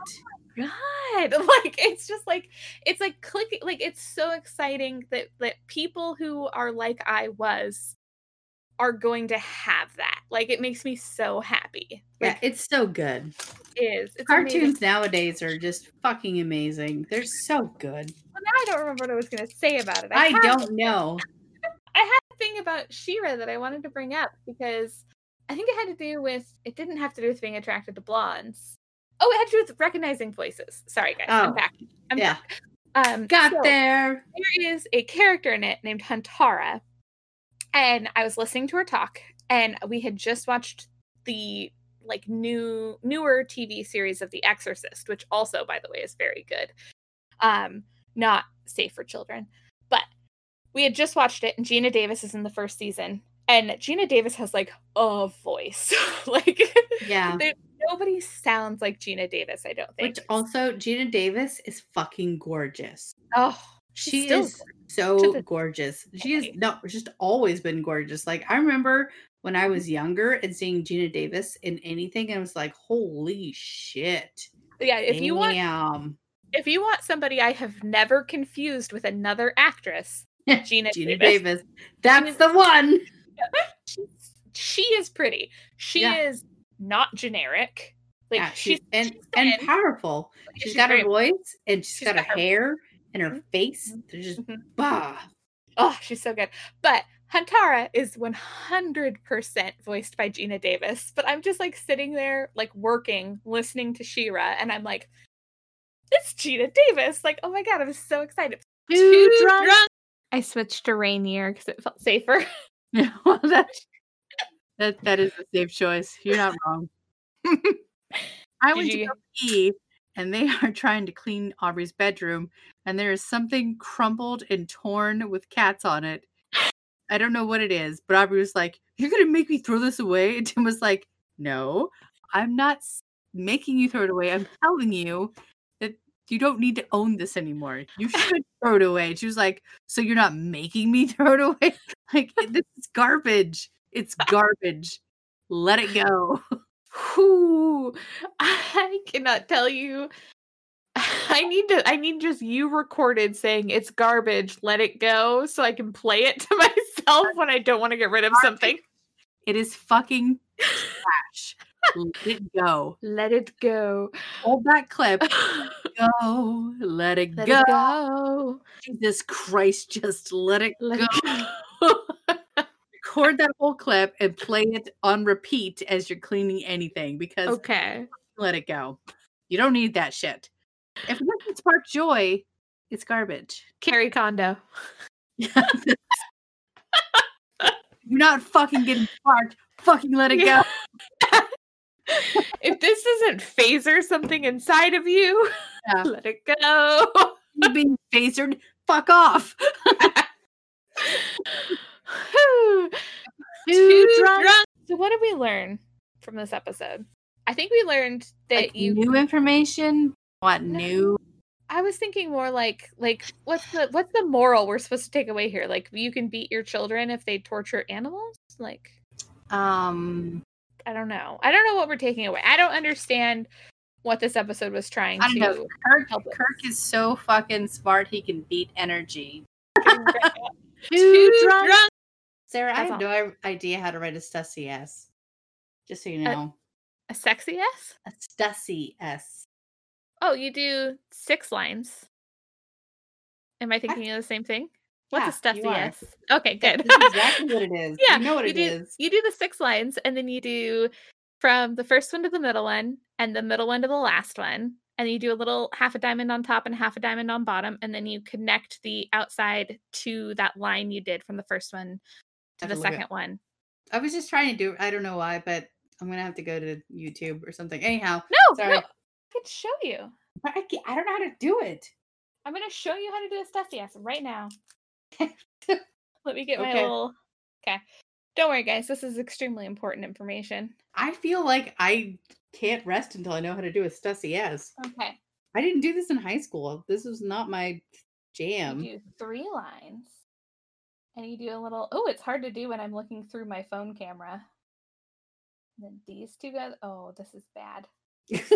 [SPEAKER 2] god." Like it's just like it's like clicking like it's so exciting that that people who are like I was are going to have that. Like it makes me so happy.
[SPEAKER 1] Yeah,
[SPEAKER 2] Like
[SPEAKER 1] it's so good.
[SPEAKER 2] it is. It's amazing.
[SPEAKER 1] Cartoons nowadays are just fucking amazing. They're so good.
[SPEAKER 2] Well, now I don't remember what I was going to say about it.
[SPEAKER 1] I
[SPEAKER 2] had-
[SPEAKER 1] don't know.
[SPEAKER 2] I had a thing about Shira that I wanted to bring up because I think it had to do with. It didn't have to do with being attracted to blondes. Oh, it had to do with recognizing voices. Sorry, guys.
[SPEAKER 1] Oh,
[SPEAKER 2] I'm back. I'm
[SPEAKER 1] yeah.
[SPEAKER 2] back. Um,
[SPEAKER 1] Got
[SPEAKER 2] so-
[SPEAKER 1] there.
[SPEAKER 2] there is a character in it named Huntara, and I was listening to her talk, and we had just watched the like new newer TV series of The Exorcist, which also, by the way, is very good. Um, not safe for children, but we had just watched it, and Gina Davis is in the first season, and Gina Davis has like a voice, like
[SPEAKER 1] Yeah.
[SPEAKER 2] nobody sounds like Gina Davis. I don't think.
[SPEAKER 1] Which also, Gina Davis is fucking gorgeous.
[SPEAKER 2] oh, she's
[SPEAKER 1] She
[SPEAKER 2] still
[SPEAKER 1] is so
[SPEAKER 2] this
[SPEAKER 1] gorgeous. She is
[SPEAKER 2] day.
[SPEAKER 1] no, just always been gorgeous. Like I remember when I
[SPEAKER 2] Mm-hmm.
[SPEAKER 1] was younger and seeing Gina Davis in anything, and I was like, holy shit.
[SPEAKER 2] yeah. If you want
[SPEAKER 1] Damn.
[SPEAKER 2] if you want somebody I have never confused with another actress, Gina,
[SPEAKER 1] Gina
[SPEAKER 2] Davis.
[SPEAKER 1] Davis. That's the one.
[SPEAKER 2] She's- She is pretty. She
[SPEAKER 1] Yeah.
[SPEAKER 2] is not generic. Like
[SPEAKER 1] Yeah,
[SPEAKER 2] she's,
[SPEAKER 1] she's and
[SPEAKER 2] she's
[SPEAKER 1] and
[SPEAKER 2] thin.
[SPEAKER 1] powerful. she's got
[SPEAKER 2] very-
[SPEAKER 1] her voice and she's
[SPEAKER 2] she's
[SPEAKER 1] got her
[SPEAKER 2] got her- Mm-hmm.
[SPEAKER 1] hair and her face. They're just bah.
[SPEAKER 2] Oh, she's so good. But Huntara is 100% voiced by Gina Davis. But I'm just like sitting there, like working, listening to Shira, and I'm like, it's Gina Davis. Like, oh my God, I'm so excited. Too drunk. I switched to Rainier because it felt safer.
[SPEAKER 1] Yeah, well, that, that that is a safe choice. You're not wrong. I
[SPEAKER 2] Did
[SPEAKER 1] went to
[SPEAKER 2] you-
[SPEAKER 1] go pee, and they are trying to clean Aubrey's bedroom, and there is something crumpled and torn with cats on it. I don't know what it is, but Aubrey was like, You're going to make me throw this away. And Tim was like, No, I'm not s- making you throw it away. I'm telling you that you don't need to own this anymore. You should throw it away. And she was like, So you're not making me throw it away? Like, this is garbage. It's garbage. Let it go.
[SPEAKER 2] Whew, I cannot tell you. I need to. I need just you recorded saying it's garbage. Let it go, so I can play it to myself when I don't want to get rid of something.
[SPEAKER 1] It is fucking trash. Let it go.
[SPEAKER 2] Let it go.
[SPEAKER 1] Hold that clip.
[SPEAKER 2] Let
[SPEAKER 1] Go. Let it go.
[SPEAKER 2] it go.
[SPEAKER 1] Jesus Christ, just let it
[SPEAKER 2] Let
[SPEAKER 1] go.
[SPEAKER 2] it
[SPEAKER 1] Record that whole clip and play it on repeat as you're cleaning anything because
[SPEAKER 2] go. Okay.
[SPEAKER 1] let it go. You don't need that shit. If it doesn't spark joy, it's garbage.
[SPEAKER 2] Carrie Condo.
[SPEAKER 1] You're not fucking getting sparked. Fucking let it go.
[SPEAKER 2] Yeah. if this doesn't phaser something inside of you,
[SPEAKER 1] Yeah.
[SPEAKER 2] let it go.
[SPEAKER 1] You being phasered, fuck off.
[SPEAKER 2] Whew.
[SPEAKER 1] Too
[SPEAKER 2] Too
[SPEAKER 1] drunk.
[SPEAKER 2] drunk. So, what did we learn from this episode? I think we learned that
[SPEAKER 1] Like,
[SPEAKER 2] you.
[SPEAKER 1] new information. What
[SPEAKER 2] No.
[SPEAKER 1] new?
[SPEAKER 2] I was thinking more like, like, what's the what's the moral we're supposed to take away here? Like, you can beat your children if they torture animals. Like,
[SPEAKER 1] Um,
[SPEAKER 2] I don't know. I don't know what we're taking away. I don't understand what this episode was trying
[SPEAKER 1] I don't know.
[SPEAKER 2] to.
[SPEAKER 1] Kirk,
[SPEAKER 2] help us.
[SPEAKER 1] Kirk is so fucking smart. He can beat energy.
[SPEAKER 2] Too, drunk.
[SPEAKER 1] Sarah, I
[SPEAKER 2] That's
[SPEAKER 1] have
[SPEAKER 2] all.
[SPEAKER 1] no i- idea how to write a Stussy S. Just so you
[SPEAKER 2] Uh,
[SPEAKER 1] know,
[SPEAKER 2] A sexy ass.
[SPEAKER 1] a Stussy S.
[SPEAKER 2] Oh, you do six lines. Am I thinking of the same thing? What's
[SPEAKER 1] Yeah,
[SPEAKER 2] a stuffy
[SPEAKER 1] you are.
[SPEAKER 2] S? Okay,
[SPEAKER 1] That-
[SPEAKER 2] good.
[SPEAKER 1] this is exactly what it is.
[SPEAKER 2] Yeah,
[SPEAKER 1] you know what
[SPEAKER 2] you
[SPEAKER 1] it
[SPEAKER 2] do,
[SPEAKER 1] is.
[SPEAKER 2] You do the six lines, and then you do from the first one to the middle one, and the middle one to the last one, and you do a little half a diamond on top and half a diamond on bottom, and then you connect the outside to that line you did from the first one to
[SPEAKER 1] Have
[SPEAKER 2] the
[SPEAKER 1] to look it
[SPEAKER 2] second one.
[SPEAKER 1] I was just trying to do. I don't know why, but I'm gonna have to go to YouTube or something. Anyhow,
[SPEAKER 2] No,
[SPEAKER 1] Sorry.
[SPEAKER 2] no, I can show you.
[SPEAKER 1] but I, ca- I don't know how to do it.
[SPEAKER 2] I'm gonna show you how to do a stuffy ass right now. Let me get my
[SPEAKER 1] Okay.
[SPEAKER 2] little. Okay, don't worry, guys. This is extremely important information.
[SPEAKER 1] I feel like I can't rest until I know how to do a Stussy S.
[SPEAKER 2] Okay,
[SPEAKER 1] I didn't do this in high school. This was not my jam.
[SPEAKER 2] you do three lines, and you do a little. Oh, it's hard to do when I'm looking through my phone camera. And then these two guys. Oh, this is bad.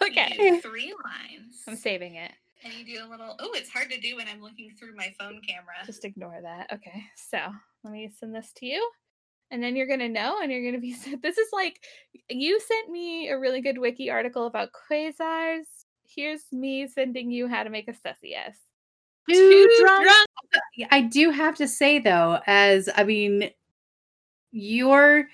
[SPEAKER 2] Okay,
[SPEAKER 6] three lines.
[SPEAKER 2] I'm saving it.
[SPEAKER 6] and you do a little. Oh, it's hard to do when I'm looking through my phone camera.
[SPEAKER 2] Just ignore that. Okay, so let me send this to you. And then you're going to know, and you're going to be. This is like, you sent me a really good wiki article about quasars. Here's me sending you how to make a sussy S.
[SPEAKER 1] Too
[SPEAKER 2] Too
[SPEAKER 1] drunk. Yeah, I do have to say though, as I mean, you're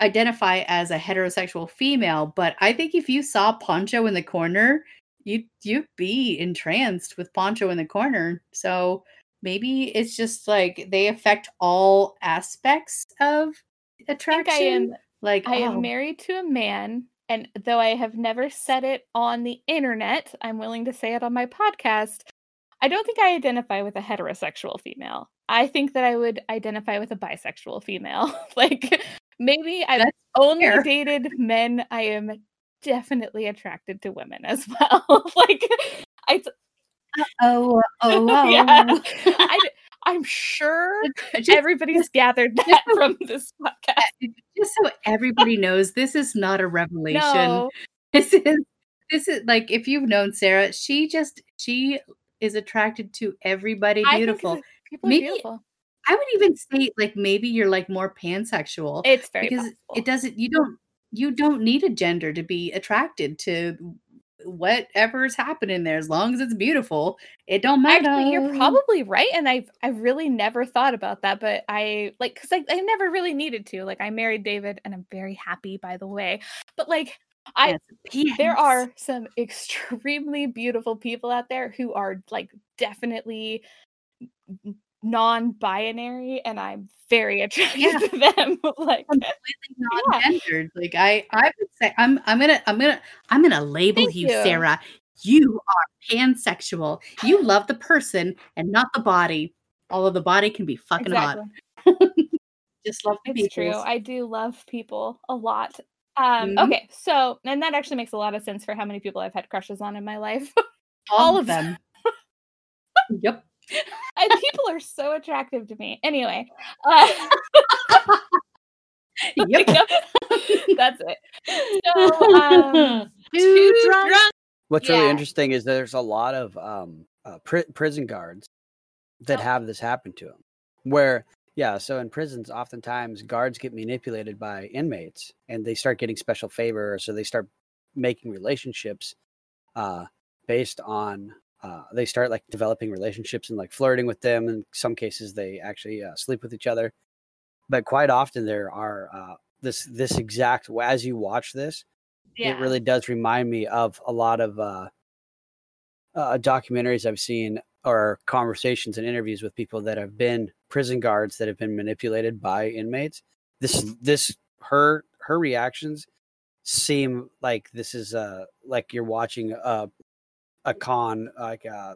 [SPEAKER 1] identify as a heterosexual female, but I think if you saw Poncho in the corner, you you'd be entranced with Poncho in the corner. So maybe it's just like they affect all aspects of
[SPEAKER 2] I think
[SPEAKER 1] attraction.
[SPEAKER 2] I am,
[SPEAKER 1] like
[SPEAKER 2] I
[SPEAKER 1] oh,
[SPEAKER 2] am married to a man, and though I have never said it on the internet, I'm willing to say it on my podcast. I don't think I identify with a heterosexual female. I think that I would identify with a bisexual female. like maybe I've
[SPEAKER 1] That's
[SPEAKER 2] only
[SPEAKER 1] fair.
[SPEAKER 2] dated men. I am definitely attracted to women as well. like I,
[SPEAKER 1] oh oh oh.
[SPEAKER 2] yeah, I I'm sure
[SPEAKER 1] Just-
[SPEAKER 2] everybody's gathered that from this podcast.
[SPEAKER 1] just so everybody knows, this is not a revelation.
[SPEAKER 2] No,
[SPEAKER 1] this is this is like if you've known Sarah, she just she is attracted to everybody
[SPEAKER 2] I think
[SPEAKER 1] beautiful.
[SPEAKER 2] people
[SPEAKER 1] Maybe-
[SPEAKER 2] are beautiful.
[SPEAKER 1] I would even say like maybe you're like more pansexual
[SPEAKER 2] It's very
[SPEAKER 1] because
[SPEAKER 2] possible.
[SPEAKER 1] it doesn't you don't you don't need a gender to be attracted to whatever's happening there as long as it's beautiful. It don't matter.
[SPEAKER 2] Actually, you're probably right, and I've I've really never thought about that, but I like because I I never really needed to. Like I married David, and I'm very happy, by the way. But like I-
[SPEAKER 1] Yes.
[SPEAKER 2] there are some extremely beautiful people out there who are like definitely n- non-binary, and I'm very attracted
[SPEAKER 1] Yeah.
[SPEAKER 2] to them. like
[SPEAKER 1] not
[SPEAKER 2] Yeah.
[SPEAKER 1] gendered. Like I, I would say I'm I'm gonna I'm gonna I'm gonna label
[SPEAKER 2] Thank
[SPEAKER 1] you,
[SPEAKER 2] you.
[SPEAKER 1] Sarah. You are pansexual. You love the person and not the body. Although the body can be fucking hot. Just love the
[SPEAKER 2] It's true.
[SPEAKER 1] peoples.
[SPEAKER 2] I do love people a lot. Um,
[SPEAKER 1] Mhm.
[SPEAKER 2] Okay, so and that actually makes a lot of sense for how many people I've had crushes on in my life. all of them.
[SPEAKER 1] yep.
[SPEAKER 2] I, people are so attractive to me. Anyway, uh,
[SPEAKER 1] Yep.
[SPEAKER 2] uh, that's it. So, um,
[SPEAKER 1] Too
[SPEAKER 2] too
[SPEAKER 1] drunk.
[SPEAKER 2] drunk.
[SPEAKER 4] What's really
[SPEAKER 2] Yeah.
[SPEAKER 4] interesting is there's a lot of um, uh, pri- prison guards that have this happen to them. Where, yeah, so in prisons, oftentimes guards get manipulated by inmates and they start getting special favor. So they start making relationships uh, based on, uh, they start like developing relationships and like flirting with them. In some cases, they actually uh, sleep with each other. But quite often, there are uh, this this exact as you watch this, it really does remind me of a lot of uh, uh, documentaries I've seen or conversations and interviews with people that have been prison guards that have been manipulated by inmates. This this her her reactions seem like this is uh like you're watching a a con like uh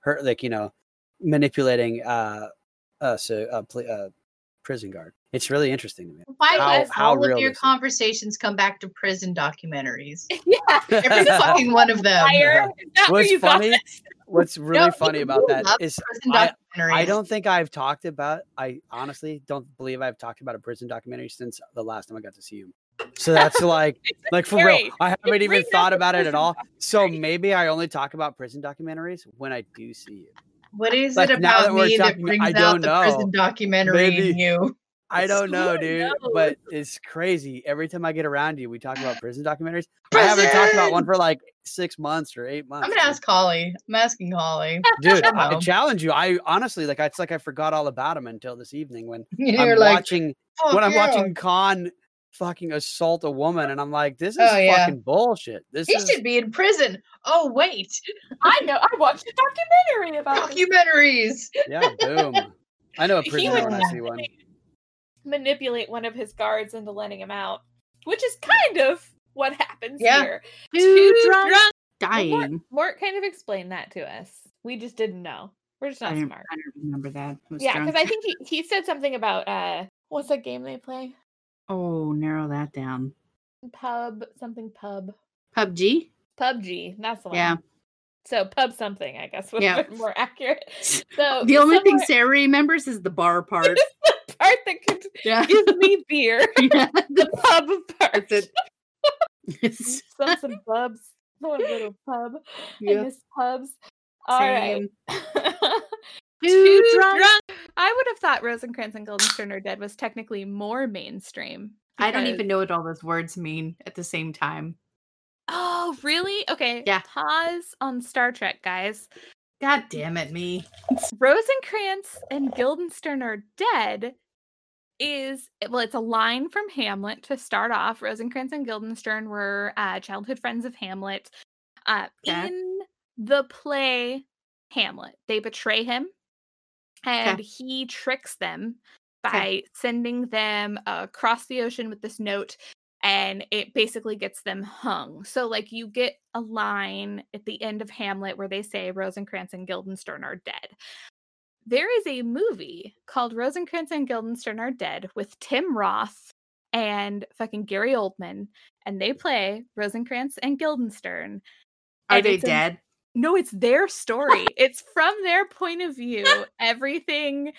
[SPEAKER 4] her like you know manipulating uh us a, a, pl- a prison guard. It's really interesting to me.
[SPEAKER 7] Why
[SPEAKER 4] How-
[SPEAKER 7] does
[SPEAKER 4] how
[SPEAKER 7] all of your
[SPEAKER 4] realistic.
[SPEAKER 7] conversations come back to prison documentaries?
[SPEAKER 2] Yeah,
[SPEAKER 7] Every fucking one of them.
[SPEAKER 2] liar. Is that where
[SPEAKER 4] What's
[SPEAKER 2] you got
[SPEAKER 4] funny-
[SPEAKER 2] this?
[SPEAKER 4] What's really funny
[SPEAKER 7] people
[SPEAKER 4] about
[SPEAKER 7] do
[SPEAKER 4] that
[SPEAKER 7] love
[SPEAKER 4] is
[SPEAKER 7] Prison
[SPEAKER 4] I-
[SPEAKER 7] documentaries.
[SPEAKER 4] I don't think I've talked about. I honestly don't believe I've talked about a prison documentary since the last time I got to see you. So that's like, like for real,
[SPEAKER 2] Scary.
[SPEAKER 4] I haven't even
[SPEAKER 2] brings up
[SPEAKER 4] thought
[SPEAKER 2] the
[SPEAKER 4] about it at
[SPEAKER 2] prison
[SPEAKER 4] all. So
[SPEAKER 2] documentary.
[SPEAKER 4] maybe I only talk about prison documentaries when I do see you.
[SPEAKER 7] What is
[SPEAKER 4] like,
[SPEAKER 7] it
[SPEAKER 4] now that
[SPEAKER 7] about
[SPEAKER 4] we're
[SPEAKER 7] me that
[SPEAKER 4] talking- I
[SPEAKER 7] brings
[SPEAKER 4] don't
[SPEAKER 7] out the
[SPEAKER 4] know.
[SPEAKER 7] prison documentary in
[SPEAKER 4] Maybe-
[SPEAKER 7] you?
[SPEAKER 4] I don't know,
[SPEAKER 2] Lord
[SPEAKER 4] dude, but it's crazy. Every time I get around you, we talk about prison documentaries. I
[SPEAKER 7] Prison!
[SPEAKER 4] haven't talked about one for like six months or eight months.
[SPEAKER 7] I'm gonna ask Holly. I'm asking Holly.
[SPEAKER 4] dude. dude,
[SPEAKER 7] Jumbo.
[SPEAKER 4] I challenge you. I honestly, like, it's like I forgot all about him until this evening when
[SPEAKER 7] You're
[SPEAKER 4] I'm
[SPEAKER 7] like,
[SPEAKER 4] watching
[SPEAKER 7] "Oh,
[SPEAKER 4] when I'm
[SPEAKER 7] yeah."
[SPEAKER 4] watching Khan fucking assault a woman, and I'm like, this is
[SPEAKER 7] Oh, yeah.
[SPEAKER 4] fucking bullshit. This
[SPEAKER 7] he
[SPEAKER 4] is
[SPEAKER 7] should be in prison. Oh wait,
[SPEAKER 2] I know. I watched a documentary
[SPEAKER 1] Oh.
[SPEAKER 2] about this.
[SPEAKER 7] documentaries.
[SPEAKER 4] yeah, boom. I know a
[SPEAKER 2] He
[SPEAKER 4] prisoner
[SPEAKER 7] would
[SPEAKER 4] when I
[SPEAKER 7] not
[SPEAKER 4] see one.
[SPEAKER 2] manipulate one of his guards into letting him out, which is kind of what happens
[SPEAKER 7] Yeah.
[SPEAKER 2] here.
[SPEAKER 1] Too drunk.
[SPEAKER 2] Well, Mort-
[SPEAKER 1] Dying.
[SPEAKER 2] Mort kind of explained that to us. We just didn't know. We're just
[SPEAKER 1] I
[SPEAKER 2] not
[SPEAKER 1] don't,
[SPEAKER 2] smart.
[SPEAKER 1] I don't remember that. I was
[SPEAKER 2] Yeah,
[SPEAKER 1] drunk.
[SPEAKER 2] because I think he, he said something about uh what's that game they play?
[SPEAKER 1] Oh, narrow that down.
[SPEAKER 2] Pub something pub.
[SPEAKER 1] PUBG.
[SPEAKER 2] PUBG. That's the one.
[SPEAKER 1] Yeah.
[SPEAKER 2] So pub something, I guess, would
[SPEAKER 1] Yeah.
[SPEAKER 2] have been more accurate. So
[SPEAKER 1] The only thing
[SPEAKER 2] somewhere-
[SPEAKER 1] Sarah remembers is the bar part.
[SPEAKER 2] part that could
[SPEAKER 1] yeah.
[SPEAKER 2] give me beer.
[SPEAKER 1] yeah.
[SPEAKER 2] The pub part.
[SPEAKER 1] That's it. It's-
[SPEAKER 2] Some some pubs. Someone go to a pub. I
[SPEAKER 1] yeah.
[SPEAKER 2] miss pubs. All right.
[SPEAKER 1] Same.
[SPEAKER 2] Too
[SPEAKER 1] Too drunk.
[SPEAKER 2] drunk. I would have thought Rosencrantz and Guildenstern are dead was technically more mainstream.
[SPEAKER 1] I don't
[SPEAKER 2] because-
[SPEAKER 1] even know what all those words mean at the same time.
[SPEAKER 2] Oh, really? Okay.
[SPEAKER 1] Yeah.
[SPEAKER 2] Pause on Star Trek, guys.
[SPEAKER 1] God damn it, me.
[SPEAKER 2] Rosencrantz and Guildenstern are dead is well, it's a line from Hamlet to start off. Rosencrantz and Guildenstern were uh, childhood friends of Hamlet. Uh,
[SPEAKER 1] Okay.
[SPEAKER 2] In the play Hamlet, they betray him, and he tricks them by
[SPEAKER 1] Okay.
[SPEAKER 2] sending them across the ocean with this note. And it basically gets them hung. So, like, you get a line at the end of Hamlet where they say Rosencrantz and Guildenstern are dead there is a movie called Rosencrantz and Guildenstern Are Dead with Tim Roth and fucking Gary Oldman, and they play Rosencrantz and Guildenstern.
[SPEAKER 1] Are
[SPEAKER 2] And
[SPEAKER 1] they
[SPEAKER 2] it's a-
[SPEAKER 1] dead?
[SPEAKER 2] No, it's their story. it's from their point of view. Everything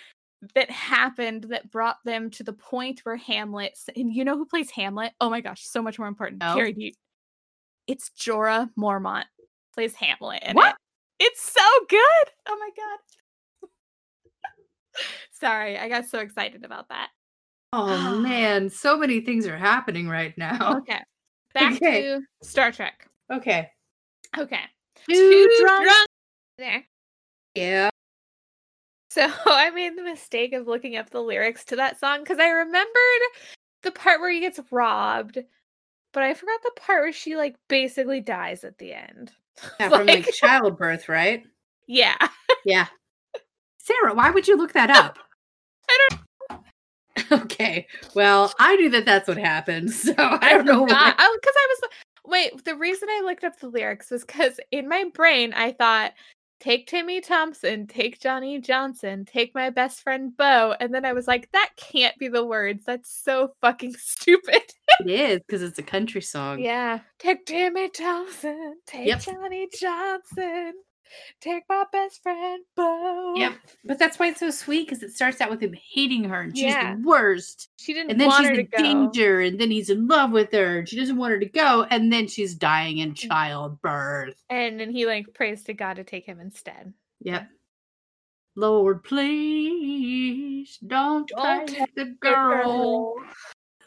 [SPEAKER 2] that happened that brought them to the point where Hamlet. s- And you know who plays Hamlet? Oh my gosh, so much more important.
[SPEAKER 1] No.
[SPEAKER 2] Carrie, do you- it's Jorah Mormont plays Hamlet. in
[SPEAKER 1] What?
[SPEAKER 2] it. It's so good. Oh my god. Sorry, I got so excited about that.
[SPEAKER 1] Oh man, so many things are happening right now.
[SPEAKER 2] Okay, back
[SPEAKER 1] Oh. Okay.
[SPEAKER 2] to Star Trek.
[SPEAKER 1] Okay.
[SPEAKER 2] Okay,
[SPEAKER 1] Too,
[SPEAKER 2] There.
[SPEAKER 1] Yeah.
[SPEAKER 2] So I made the mistake of looking up the lyrics to that song because I remembered the part where he gets robbed, but I forgot the part where she like basically dies at the end.
[SPEAKER 1] Yeah, From like
[SPEAKER 2] Like-
[SPEAKER 1] childbirth, right?
[SPEAKER 2] Yeah.
[SPEAKER 1] Yeah. Sarah, why would you look that up?
[SPEAKER 2] I
[SPEAKER 1] don't Okay. Well, I knew that that's what happened. So I don't know
[SPEAKER 2] Uh,
[SPEAKER 1] why.
[SPEAKER 2] oh, because I was wait. The reason I looked up the lyrics was because in my brain I thought take Timmy Thompson, take Johnny Johnson, take my best friend Bo. And then I was like, that can't be the words. That's so fucking stupid.
[SPEAKER 1] It is because it's a country song.
[SPEAKER 2] Yeah. Take Timmy Thompson, take
[SPEAKER 1] Yep.
[SPEAKER 2] Johnny Johnson, take my best friend Bo.
[SPEAKER 1] Yep. But that's why it's so sweet because it starts out with him hating her and she's
[SPEAKER 2] Yeah.
[SPEAKER 1] the worst.
[SPEAKER 2] She didn't
[SPEAKER 1] And then
[SPEAKER 2] want
[SPEAKER 1] she's
[SPEAKER 2] her to
[SPEAKER 1] in
[SPEAKER 2] go.
[SPEAKER 1] danger. And then he's in love with her and she doesn't want her to go. And then she's dying in childbirth.
[SPEAKER 2] And then he like prays to God to take him instead.
[SPEAKER 1] Yep. Lord, please don't,
[SPEAKER 2] Don't
[SPEAKER 1] take the girl.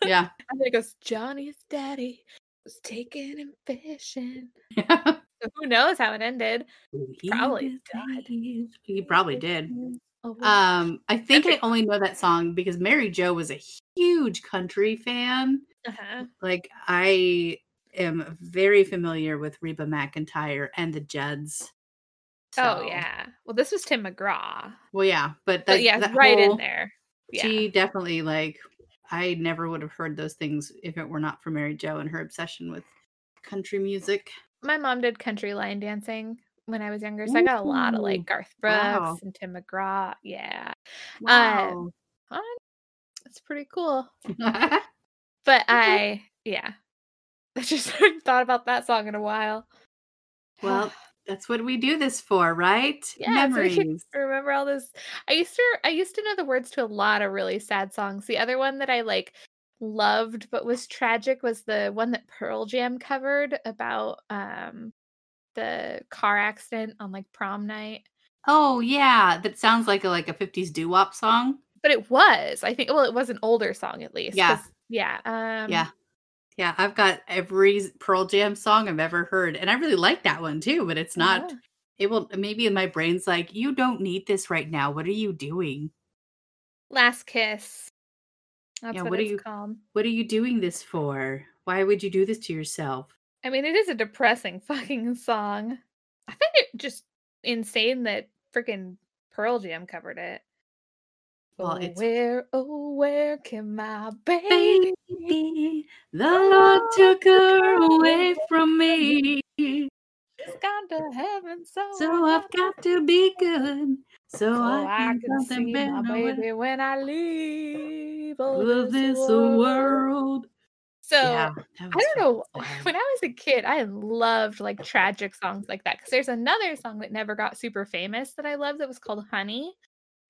[SPEAKER 1] Yeah.
[SPEAKER 2] And then it goes, Johnny's daddy was taking him fishing. So who knows how it ended? Probably
[SPEAKER 3] He
[SPEAKER 2] died.
[SPEAKER 3] is-
[SPEAKER 1] he probably did.
[SPEAKER 2] Oh, wow.
[SPEAKER 1] Um, I think I only know that song because Mary Jo was a huge country fan.
[SPEAKER 2] uh-huh.
[SPEAKER 1] Like I am very familiar with Reba McIntyre and the Jeds.
[SPEAKER 2] Oh
[SPEAKER 1] So-
[SPEAKER 2] yeah. Well, this was Tim McGraw.
[SPEAKER 1] Well, yeah, but that,
[SPEAKER 2] but yeah,
[SPEAKER 1] that
[SPEAKER 2] right in
[SPEAKER 1] whole-
[SPEAKER 2] there. Yeah.
[SPEAKER 1] She definitely like I never would have heard those things if it were not for Mary Jo and her obsession with country music.
[SPEAKER 2] My mom did country line dancing when I was younger, so I got a lot of
[SPEAKER 1] Ooh,
[SPEAKER 2] like Garth Brooks
[SPEAKER 1] wow.
[SPEAKER 2] and Tim McGraw. Yeah. Uh,
[SPEAKER 1] Wow.
[SPEAKER 2] Fun. That's pretty cool. But
[SPEAKER 1] Mm-hmm.
[SPEAKER 2] I yeah. I just hadn't thought about that song in a while.
[SPEAKER 1] well, that's what we do this for, right?
[SPEAKER 2] Yeah, so we
[SPEAKER 1] Memories.
[SPEAKER 2] can remember all this. I used to I used to know the words to a lot of really sad songs. The other one that I like loved but was tragic was the one that Pearl Jam covered about um the car accident on like prom night.
[SPEAKER 1] Oh yeah, that sounds like a like a 50s doo-wop song.
[SPEAKER 2] But it was, I think well it was an older song at least.
[SPEAKER 1] Yeah.
[SPEAKER 2] 'cause- Yeah. Um
[SPEAKER 1] yeah. Yeah, I've got every s- Pearl Jam song I've ever heard and I really like that one too, but it's not
[SPEAKER 2] Oh, yeah.
[SPEAKER 1] it will maybe in my brain's like you don't need this right now. What are you doing?
[SPEAKER 2] Last Kiss. That's
[SPEAKER 1] Yeah,
[SPEAKER 2] what,
[SPEAKER 1] what are
[SPEAKER 2] it's
[SPEAKER 1] you-
[SPEAKER 2] called.
[SPEAKER 1] What are you doing this for? Why would you do this to yourself?
[SPEAKER 2] I mean, it is a depressing fucking song. I find it just insane that freaking Pearl Jam covered it.
[SPEAKER 1] Well,
[SPEAKER 2] oh,
[SPEAKER 1] it's-
[SPEAKER 2] where, oh, where can my baby?
[SPEAKER 3] Baby,
[SPEAKER 1] The Lord took her away from me.
[SPEAKER 2] She's gone to heaven, so
[SPEAKER 1] So
[SPEAKER 2] I
[SPEAKER 1] I've got to be good. So
[SPEAKER 2] so
[SPEAKER 1] I
[SPEAKER 2] I
[SPEAKER 1] can
[SPEAKER 2] can
[SPEAKER 1] something
[SPEAKER 2] see my
[SPEAKER 1] better
[SPEAKER 2] baby when I leave Oh,
[SPEAKER 1] of this world.
[SPEAKER 2] So
[SPEAKER 1] that
[SPEAKER 2] I don't
[SPEAKER 1] was fucking
[SPEAKER 2] know.
[SPEAKER 1] sad.
[SPEAKER 2] When I was a kid, I loved like tragic songs like that. Because there's another song that never got super famous that I love that was called Honey.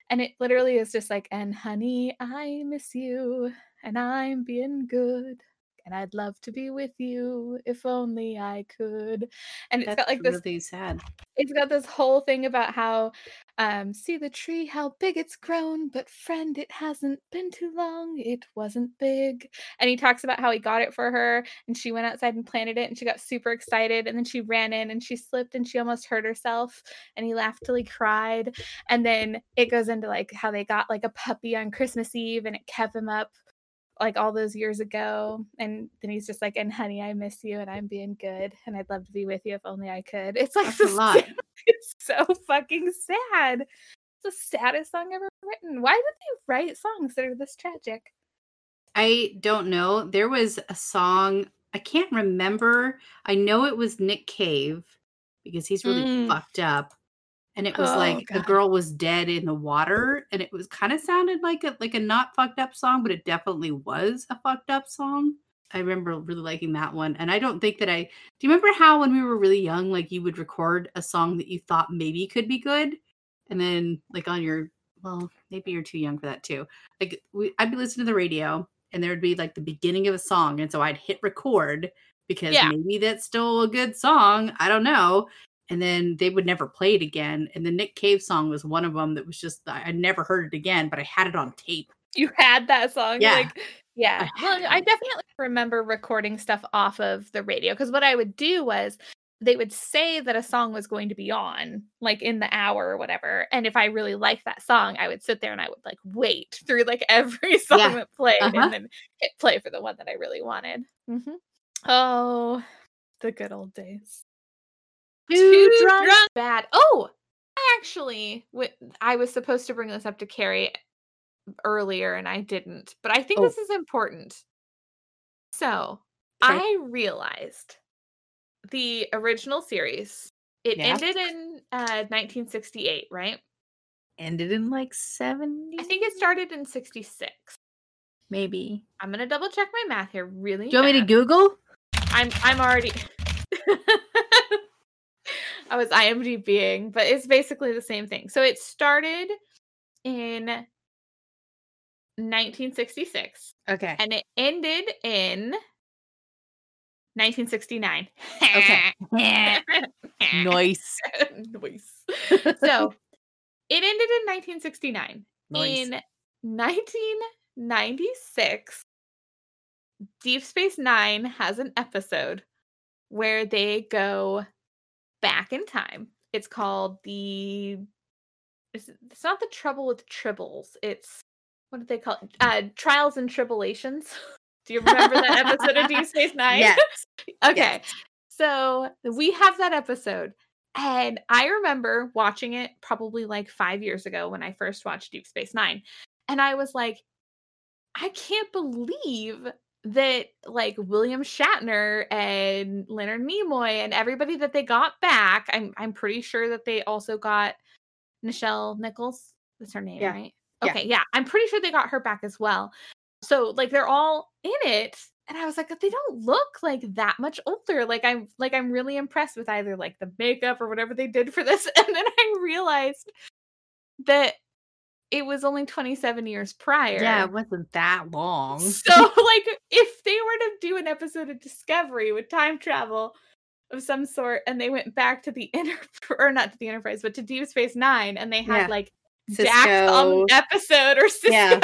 [SPEAKER 2] And it literally is just like, and honey, I miss you, and I'm being good, and I'd love to be with you if only I could. And it's
[SPEAKER 1] That's
[SPEAKER 2] got like this
[SPEAKER 1] really sad.
[SPEAKER 2] it's got this whole thing about how um see the tree how big it's grown but friend it hasn't been too long it wasn't big and he talks about how he got it for her and she went outside and planted it and she got super excited and then she ran in and she slipped and she almost hurt herself and he laughed till he cried and then it goes into like how they got like a puppy on christmas eve and it kept him up like all those years ago and then he's just like and honey i miss you and i'm being good and i'd love to be with you if only i could it's like
[SPEAKER 1] That's a
[SPEAKER 2] the
[SPEAKER 1] lot.
[SPEAKER 2] same- it's so fucking sad it's the saddest song ever written why did they write songs that are this tragic
[SPEAKER 1] I don't know. There was a song I can't remember. I know it was Nick Cave because he's really
[SPEAKER 2] Mm.
[SPEAKER 1] fucked up. And it was
[SPEAKER 2] Oh,
[SPEAKER 1] like a
[SPEAKER 2] God.
[SPEAKER 1] girl was dead in the water, and it was kind of sounded like a like a not fucked up song, but it definitely was a fucked up song. I remember really liking that one, and I don't think that I do. You remember how when we were really young, like you would record a song that you thought maybe could be good, and then like on your well, maybe you're too young for that too. Like we, I'd be listening to the radio, and there would be like the beginning of a song and so i'd hit record because
[SPEAKER 2] Yeah.
[SPEAKER 1] maybe that's still a good song i don't know and then they would never play it again and the nick cave song was one of them that was just i I never heard it again but i had it on tape
[SPEAKER 2] you had that song
[SPEAKER 1] Yeah.
[SPEAKER 2] like yeah
[SPEAKER 1] I
[SPEAKER 2] well
[SPEAKER 1] had
[SPEAKER 2] i
[SPEAKER 1] it.
[SPEAKER 2] definitely remember recording stuff off of the radio because what i would do was they would say that a song was going to be on like in the hour or whatever and if i really liked that song i would sit there and i would like wait through like every song
[SPEAKER 1] Yeah.
[SPEAKER 2] that played
[SPEAKER 1] Uh-huh.
[SPEAKER 2] and then hit play for the one that i really wanted hmm oh the good old days too drunk, bad. Oh, I actually, w- I was supposed to bring this up to Carrie earlier, and I didn't. But I think
[SPEAKER 4] Oh.
[SPEAKER 2] this is important. So
[SPEAKER 1] Okay.
[SPEAKER 2] I realized the original series It
[SPEAKER 1] Yeah.
[SPEAKER 2] ended in uh, 1968, right?
[SPEAKER 1] Ended in like 70.
[SPEAKER 2] I think it started in 66.
[SPEAKER 1] Maybe.
[SPEAKER 2] I'm gonna double check my math here really.
[SPEAKER 1] Do you want me to
[SPEAKER 2] fast.
[SPEAKER 1] Google?
[SPEAKER 2] I'm I'm already. I was IMDBing, but it's basically the same thing. So it started in 1966
[SPEAKER 1] Okay.
[SPEAKER 2] and it ended in 1969.
[SPEAKER 1] Okay. nice.
[SPEAKER 2] Nice. So it ended in 1969.
[SPEAKER 1] Nice.
[SPEAKER 2] In 1996, Deep Space Nine has an episode where they go back in time. It's called the. It's, it's not the trouble with tribbles. It's what did they call it? Uh, Trials and tribulations. Do you remember that episode of Deep Space Nine?
[SPEAKER 1] Yes.
[SPEAKER 2] Okay. So we have that episode. And I remember watching it probably like five years ago when I first watched Deep Space Nine. And I was like, I can't believe that like William Shatner and Leonard Nimoy and everybody that they got back. I'm I'm pretty sure that they also got Nichelle Nichols. That's her name,
[SPEAKER 1] Yeah.
[SPEAKER 2] right?
[SPEAKER 1] Yeah.
[SPEAKER 2] Okay, yeah. I'm pretty sure they got her back as well. So like they're all in it. And I was like, they don't look like that much older. Like I'm like I'm really impressed with either like the makeup or whatever they did for this. And then I realized that it was only 27 years prior.
[SPEAKER 1] Yeah, it wasn't that long.
[SPEAKER 2] So, like, if they were to do an episode of Discovery with time travel of some sort, and they went back to the inner or not to the Enterprise, but to Deep Space Nine, and they had
[SPEAKER 1] Yeah.
[SPEAKER 2] like Dax on the episode or Cisco,
[SPEAKER 1] Yeah.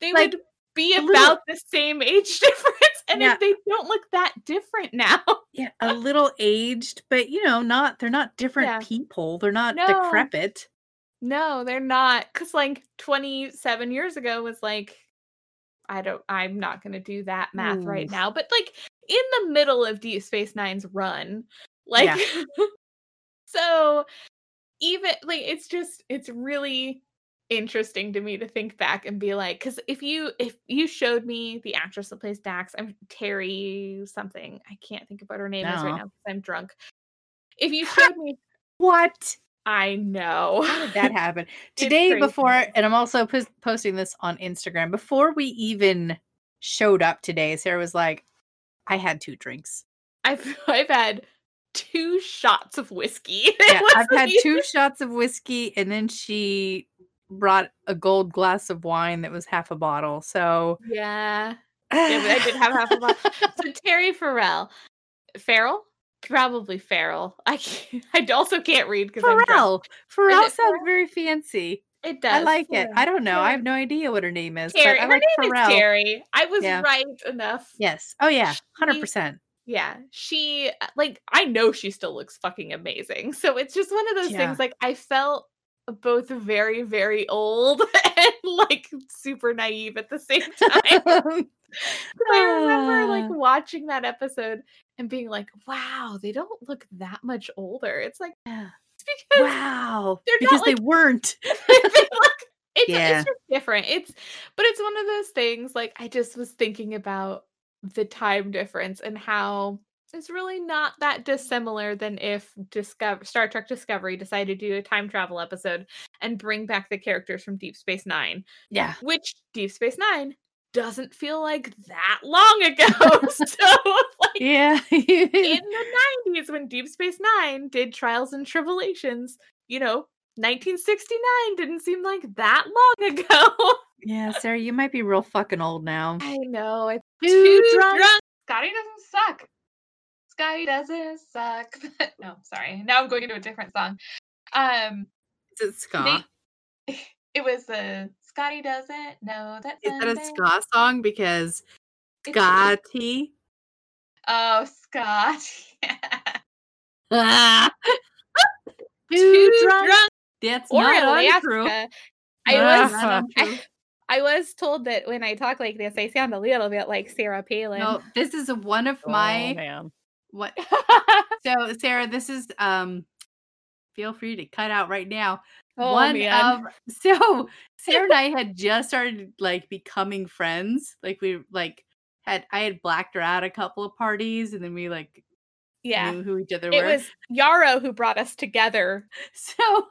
[SPEAKER 2] they
[SPEAKER 1] Like,
[SPEAKER 2] would be
[SPEAKER 1] a
[SPEAKER 2] about
[SPEAKER 1] little-
[SPEAKER 2] the same age difference, and
[SPEAKER 1] Yeah.
[SPEAKER 2] if they don't look that different now,
[SPEAKER 1] yeah, a little aged, but you know, not they're not different
[SPEAKER 2] Yeah.
[SPEAKER 1] people. They're not
[SPEAKER 2] No.
[SPEAKER 1] decrepit.
[SPEAKER 2] no, they're not. Because like 27 years ago was like. I don't I'm not going to do that math right
[SPEAKER 1] Oof.
[SPEAKER 2] now but like in the middle of Deep Space Nine's run. Like,
[SPEAKER 1] Yeah.
[SPEAKER 2] so even like it's just it's really interesting to me to think back and be like, because if you if you showed me the actress that plays Dax, I'm Terry something. I can't think of what her name is right
[SPEAKER 1] No.
[SPEAKER 2] now because I'm drunk. If you showed me,
[SPEAKER 1] What?
[SPEAKER 2] I know.
[SPEAKER 1] How did that happen? Today
[SPEAKER 2] crazy.
[SPEAKER 1] before and I'm also pos- posting this on Instagram before we even showed up today, Sarah was like, "I had two drinks.
[SPEAKER 2] I've I've had two shots of whiskey. It
[SPEAKER 1] Yeah, I've
[SPEAKER 2] was
[SPEAKER 1] had
[SPEAKER 2] like-
[SPEAKER 1] two shots of whiskey and then she brought a gold glass of wine that was half a bottle." So
[SPEAKER 2] Yeah. yeah, but I did have half a bottle. So Terry Farrell, Farrell, probably Farrell. I can't, I also can't read because I'm drunk.
[SPEAKER 1] Pharrell. Pharrell
[SPEAKER 2] it
[SPEAKER 1] sounds very fancy.
[SPEAKER 2] It does.
[SPEAKER 1] I like it. I don't know. I
[SPEAKER 2] Yeah.
[SPEAKER 1] have no idea what her name is.
[SPEAKER 2] Terry.
[SPEAKER 1] but I
[SPEAKER 2] Her
[SPEAKER 1] like
[SPEAKER 2] name
[SPEAKER 1] Pharrell.
[SPEAKER 2] is Terry. I was
[SPEAKER 1] Yeah.
[SPEAKER 2] right enough.
[SPEAKER 1] Yes. Oh yeah. Hundred
[SPEAKER 2] She-
[SPEAKER 1] percent.
[SPEAKER 2] Yeah, she uh, like I know she still looks fucking amazing. So it's just one of those
[SPEAKER 1] Yeah.
[SPEAKER 2] things like I felt both very very old and like super naive at the same time. 'Cause I remember like
[SPEAKER 1] Ah.
[SPEAKER 2] watching that episode and being like, "Wow, they don't look that much older." It's like
[SPEAKER 1] Yeah.
[SPEAKER 2] it's because
[SPEAKER 1] wow.
[SPEAKER 2] they're not,
[SPEAKER 1] Because they
[SPEAKER 2] like-
[SPEAKER 1] weren't.
[SPEAKER 2] it's, it's
[SPEAKER 1] Yeah.
[SPEAKER 2] just different. It's but it's one of those things like I just was thinking about the time difference and how it's really not that dissimilar than if Discover Star Trek Discovery decided to do a time travel episode and bring back the characters from Deep Space 9,
[SPEAKER 1] Yeah.
[SPEAKER 2] which Deep Space 9 doesn't feel like that long ago. so like
[SPEAKER 1] Yeah.
[SPEAKER 2] in the 90s when Deep Space Nine did Trials and Tribulations, you know, 1969 didn't seem like that long ago.
[SPEAKER 1] yeah, Sarah, you might be real fucking old now.
[SPEAKER 2] I know. It's
[SPEAKER 1] Too
[SPEAKER 2] too,
[SPEAKER 1] drunk.
[SPEAKER 2] drunk.
[SPEAKER 6] Scotty doesn't suck. Scotty doesn't suck. no, sorry. Now I'm going into a different song. Um,
[SPEAKER 1] Is it ska?
[SPEAKER 6] they- it was the Scotty doesn't know that.
[SPEAKER 1] Is that a
[SPEAKER 6] Sunday-
[SPEAKER 1] ska song? Because
[SPEAKER 6] It's-
[SPEAKER 1] ska tea.
[SPEAKER 6] Oh, Scott.
[SPEAKER 1] Ah. Too,
[SPEAKER 2] Too
[SPEAKER 1] drunk.
[SPEAKER 2] drunk.
[SPEAKER 1] That's
[SPEAKER 2] Or
[SPEAKER 1] not untrue.
[SPEAKER 6] uh,
[SPEAKER 2] Alaska.
[SPEAKER 1] Ah.
[SPEAKER 2] I was
[SPEAKER 1] Not untrue.
[SPEAKER 2] I was told that when I talk like this, I sound a little bit like Sarah Palin.
[SPEAKER 1] No, this is one of my
[SPEAKER 7] man.
[SPEAKER 1] what So, Sarah, this is um feel free to cut out right now.
[SPEAKER 2] Oh,
[SPEAKER 1] One
[SPEAKER 2] man.
[SPEAKER 1] of so Sarah and I had just started like becoming friends. Like we like had I had blacked her out a couple of parties and then we like
[SPEAKER 2] Yeah.
[SPEAKER 1] knew who each other
[SPEAKER 2] It
[SPEAKER 1] were.
[SPEAKER 2] was Yarrow who brought us together.
[SPEAKER 1] so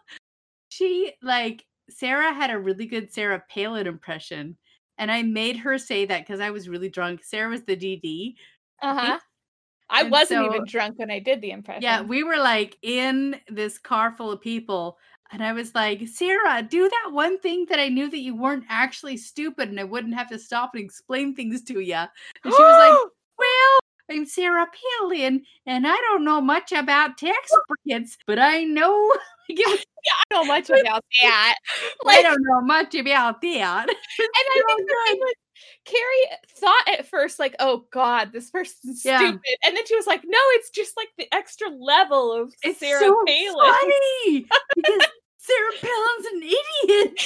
[SPEAKER 1] she like Sarah had a really good Sarah Palin impression, and I made her say that because I was really drunk. Sarah was the DD.
[SPEAKER 2] Uh huh. I
[SPEAKER 1] Uh-huh. And
[SPEAKER 2] wasn't
[SPEAKER 1] so-
[SPEAKER 2] even drunk when I did the impression.
[SPEAKER 1] Yeah, we were like in this car full of people. And I was like, Sarah, do that one thing that I knew that you weren't actually stupid and I wouldn't have to stop and explain things to you. And she was like, Well, I'm Sarah Palin and I don't know much about tax brackets, but I know like, it was-
[SPEAKER 2] yeah, I don't know much about that.
[SPEAKER 1] I
[SPEAKER 2] Like,
[SPEAKER 1] don't know much about that.
[SPEAKER 2] And I
[SPEAKER 1] oh
[SPEAKER 2] think the thing was, Carrie thought at first, like, oh God, this person's
[SPEAKER 1] Yeah.
[SPEAKER 2] stupid. And then she was like, no, it's just like the extra level of
[SPEAKER 1] It's
[SPEAKER 2] Sarah
[SPEAKER 1] so
[SPEAKER 2] Palin.
[SPEAKER 1] funny because Sarah Palin's an idiot.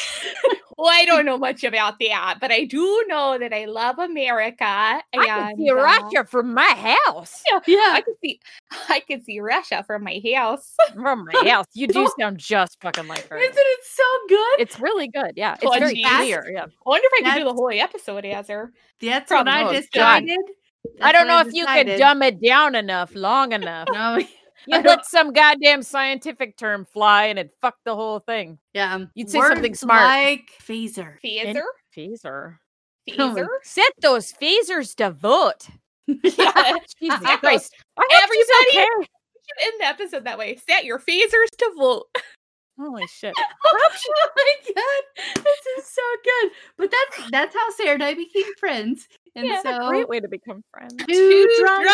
[SPEAKER 2] Well, I don't know much about that, but I do know that I love America. And,
[SPEAKER 8] I can see
[SPEAKER 2] uh,
[SPEAKER 8] Russia from my house.
[SPEAKER 2] I
[SPEAKER 1] Yeah.
[SPEAKER 2] could see I could see Russia from my house.
[SPEAKER 8] From my house. You do sound just fucking like her.
[SPEAKER 1] Isn't it so good?
[SPEAKER 8] It's really good. Yeah. It's
[SPEAKER 2] Well,
[SPEAKER 8] very
[SPEAKER 2] geez.
[SPEAKER 8] clear. Yeah.
[SPEAKER 2] Oh, I wonder if I could do the
[SPEAKER 1] That's-
[SPEAKER 2] whole episode as her.
[SPEAKER 1] That's what I
[SPEAKER 8] probably- Oh, God.
[SPEAKER 1] decided.
[SPEAKER 8] I
[SPEAKER 1] That's what
[SPEAKER 8] don't know if you could
[SPEAKER 1] decided.
[SPEAKER 8] dumb it down enough, long enough.
[SPEAKER 1] No,
[SPEAKER 8] You
[SPEAKER 1] don't-
[SPEAKER 8] let some goddamn scientific term fly and it fucked the whole thing.
[SPEAKER 1] yeah. um,
[SPEAKER 8] You'd say something
[SPEAKER 1] words
[SPEAKER 8] smart.
[SPEAKER 1] Like phaser.
[SPEAKER 2] Phaser?
[SPEAKER 8] Phaser.
[SPEAKER 1] Oh my
[SPEAKER 2] Phaser?
[SPEAKER 8] Set those phasers to vote.
[SPEAKER 2] Yeah.
[SPEAKER 8] Jesus
[SPEAKER 2] Yeah.
[SPEAKER 8] Christ. I hope she's
[SPEAKER 2] Everybody-
[SPEAKER 8] okay.
[SPEAKER 2] We should end the episode that way. Set your phasers to vote.
[SPEAKER 8] Holy shit.
[SPEAKER 1] oh my god, this is so good. But that's that's how Sarah and I became friends. And
[SPEAKER 2] Yeah,
[SPEAKER 8] What
[SPEAKER 1] so
[SPEAKER 8] a great way to become friends.
[SPEAKER 1] two drunk,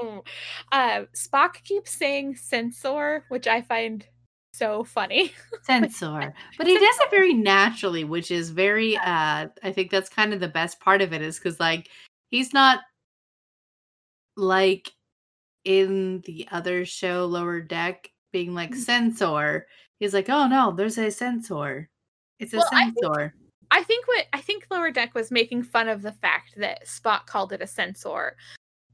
[SPEAKER 2] drunk. Uh, Spock keeps saying censor, which I find so funny.
[SPEAKER 1] censor, but he does it very naturally, which is very. uh I think that's kind of the best part of it is because like he's not like in the other show, Lower Deck, being
[SPEAKER 2] Mm.
[SPEAKER 1] like censor. He's like, oh no, there's a censor. It's a
[SPEAKER 2] Well, I think-
[SPEAKER 1] censor.
[SPEAKER 2] I think what I think Lower Deck was making fun of the fact that Spock called it a censor,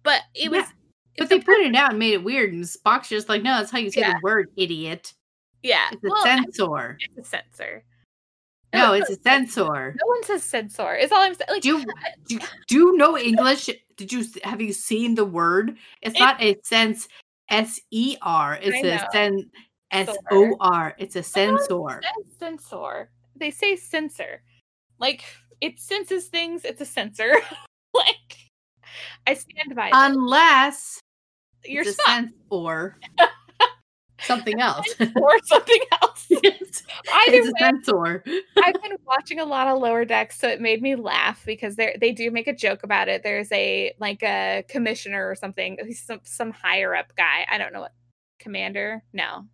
[SPEAKER 2] but it was.
[SPEAKER 1] Yeah, But
[SPEAKER 2] it's
[SPEAKER 1] they
[SPEAKER 2] a
[SPEAKER 1] put it out and made it weird, and Spock's just like, no, that's how you say
[SPEAKER 2] Yeah.
[SPEAKER 1] the word, idiot.
[SPEAKER 2] Yeah,
[SPEAKER 1] It's a
[SPEAKER 2] well, I-
[SPEAKER 1] censor.
[SPEAKER 2] it's a censor.
[SPEAKER 1] No,
[SPEAKER 2] it
[SPEAKER 1] it's a
[SPEAKER 2] says censor.
[SPEAKER 1] censor.
[SPEAKER 2] No one says censor. Is all I'm saying. Like,
[SPEAKER 1] Do you, do, you- do you know English? Did you s- have you seen the word? It's
[SPEAKER 2] It-
[SPEAKER 1] not a sense, S E R. It's
[SPEAKER 2] know.
[SPEAKER 1] a sen S O R. It's a
[SPEAKER 2] no one
[SPEAKER 1] censor.
[SPEAKER 2] says censor. They say censor. Like it senses things. It's a censor. like I stand by. that.
[SPEAKER 1] Unless
[SPEAKER 2] You're
[SPEAKER 1] Uh, it's a
[SPEAKER 2] Spock
[SPEAKER 1] censor. Something else.
[SPEAKER 2] or something else.
[SPEAKER 1] it's
[SPEAKER 2] Either way,
[SPEAKER 1] a censor.
[SPEAKER 2] I've been watching a lot of Lower Decks, so it made me laugh because they they do make a joke about it. There's a like a commissioner or something, he's some some higher up guy. I don't know what commander. No,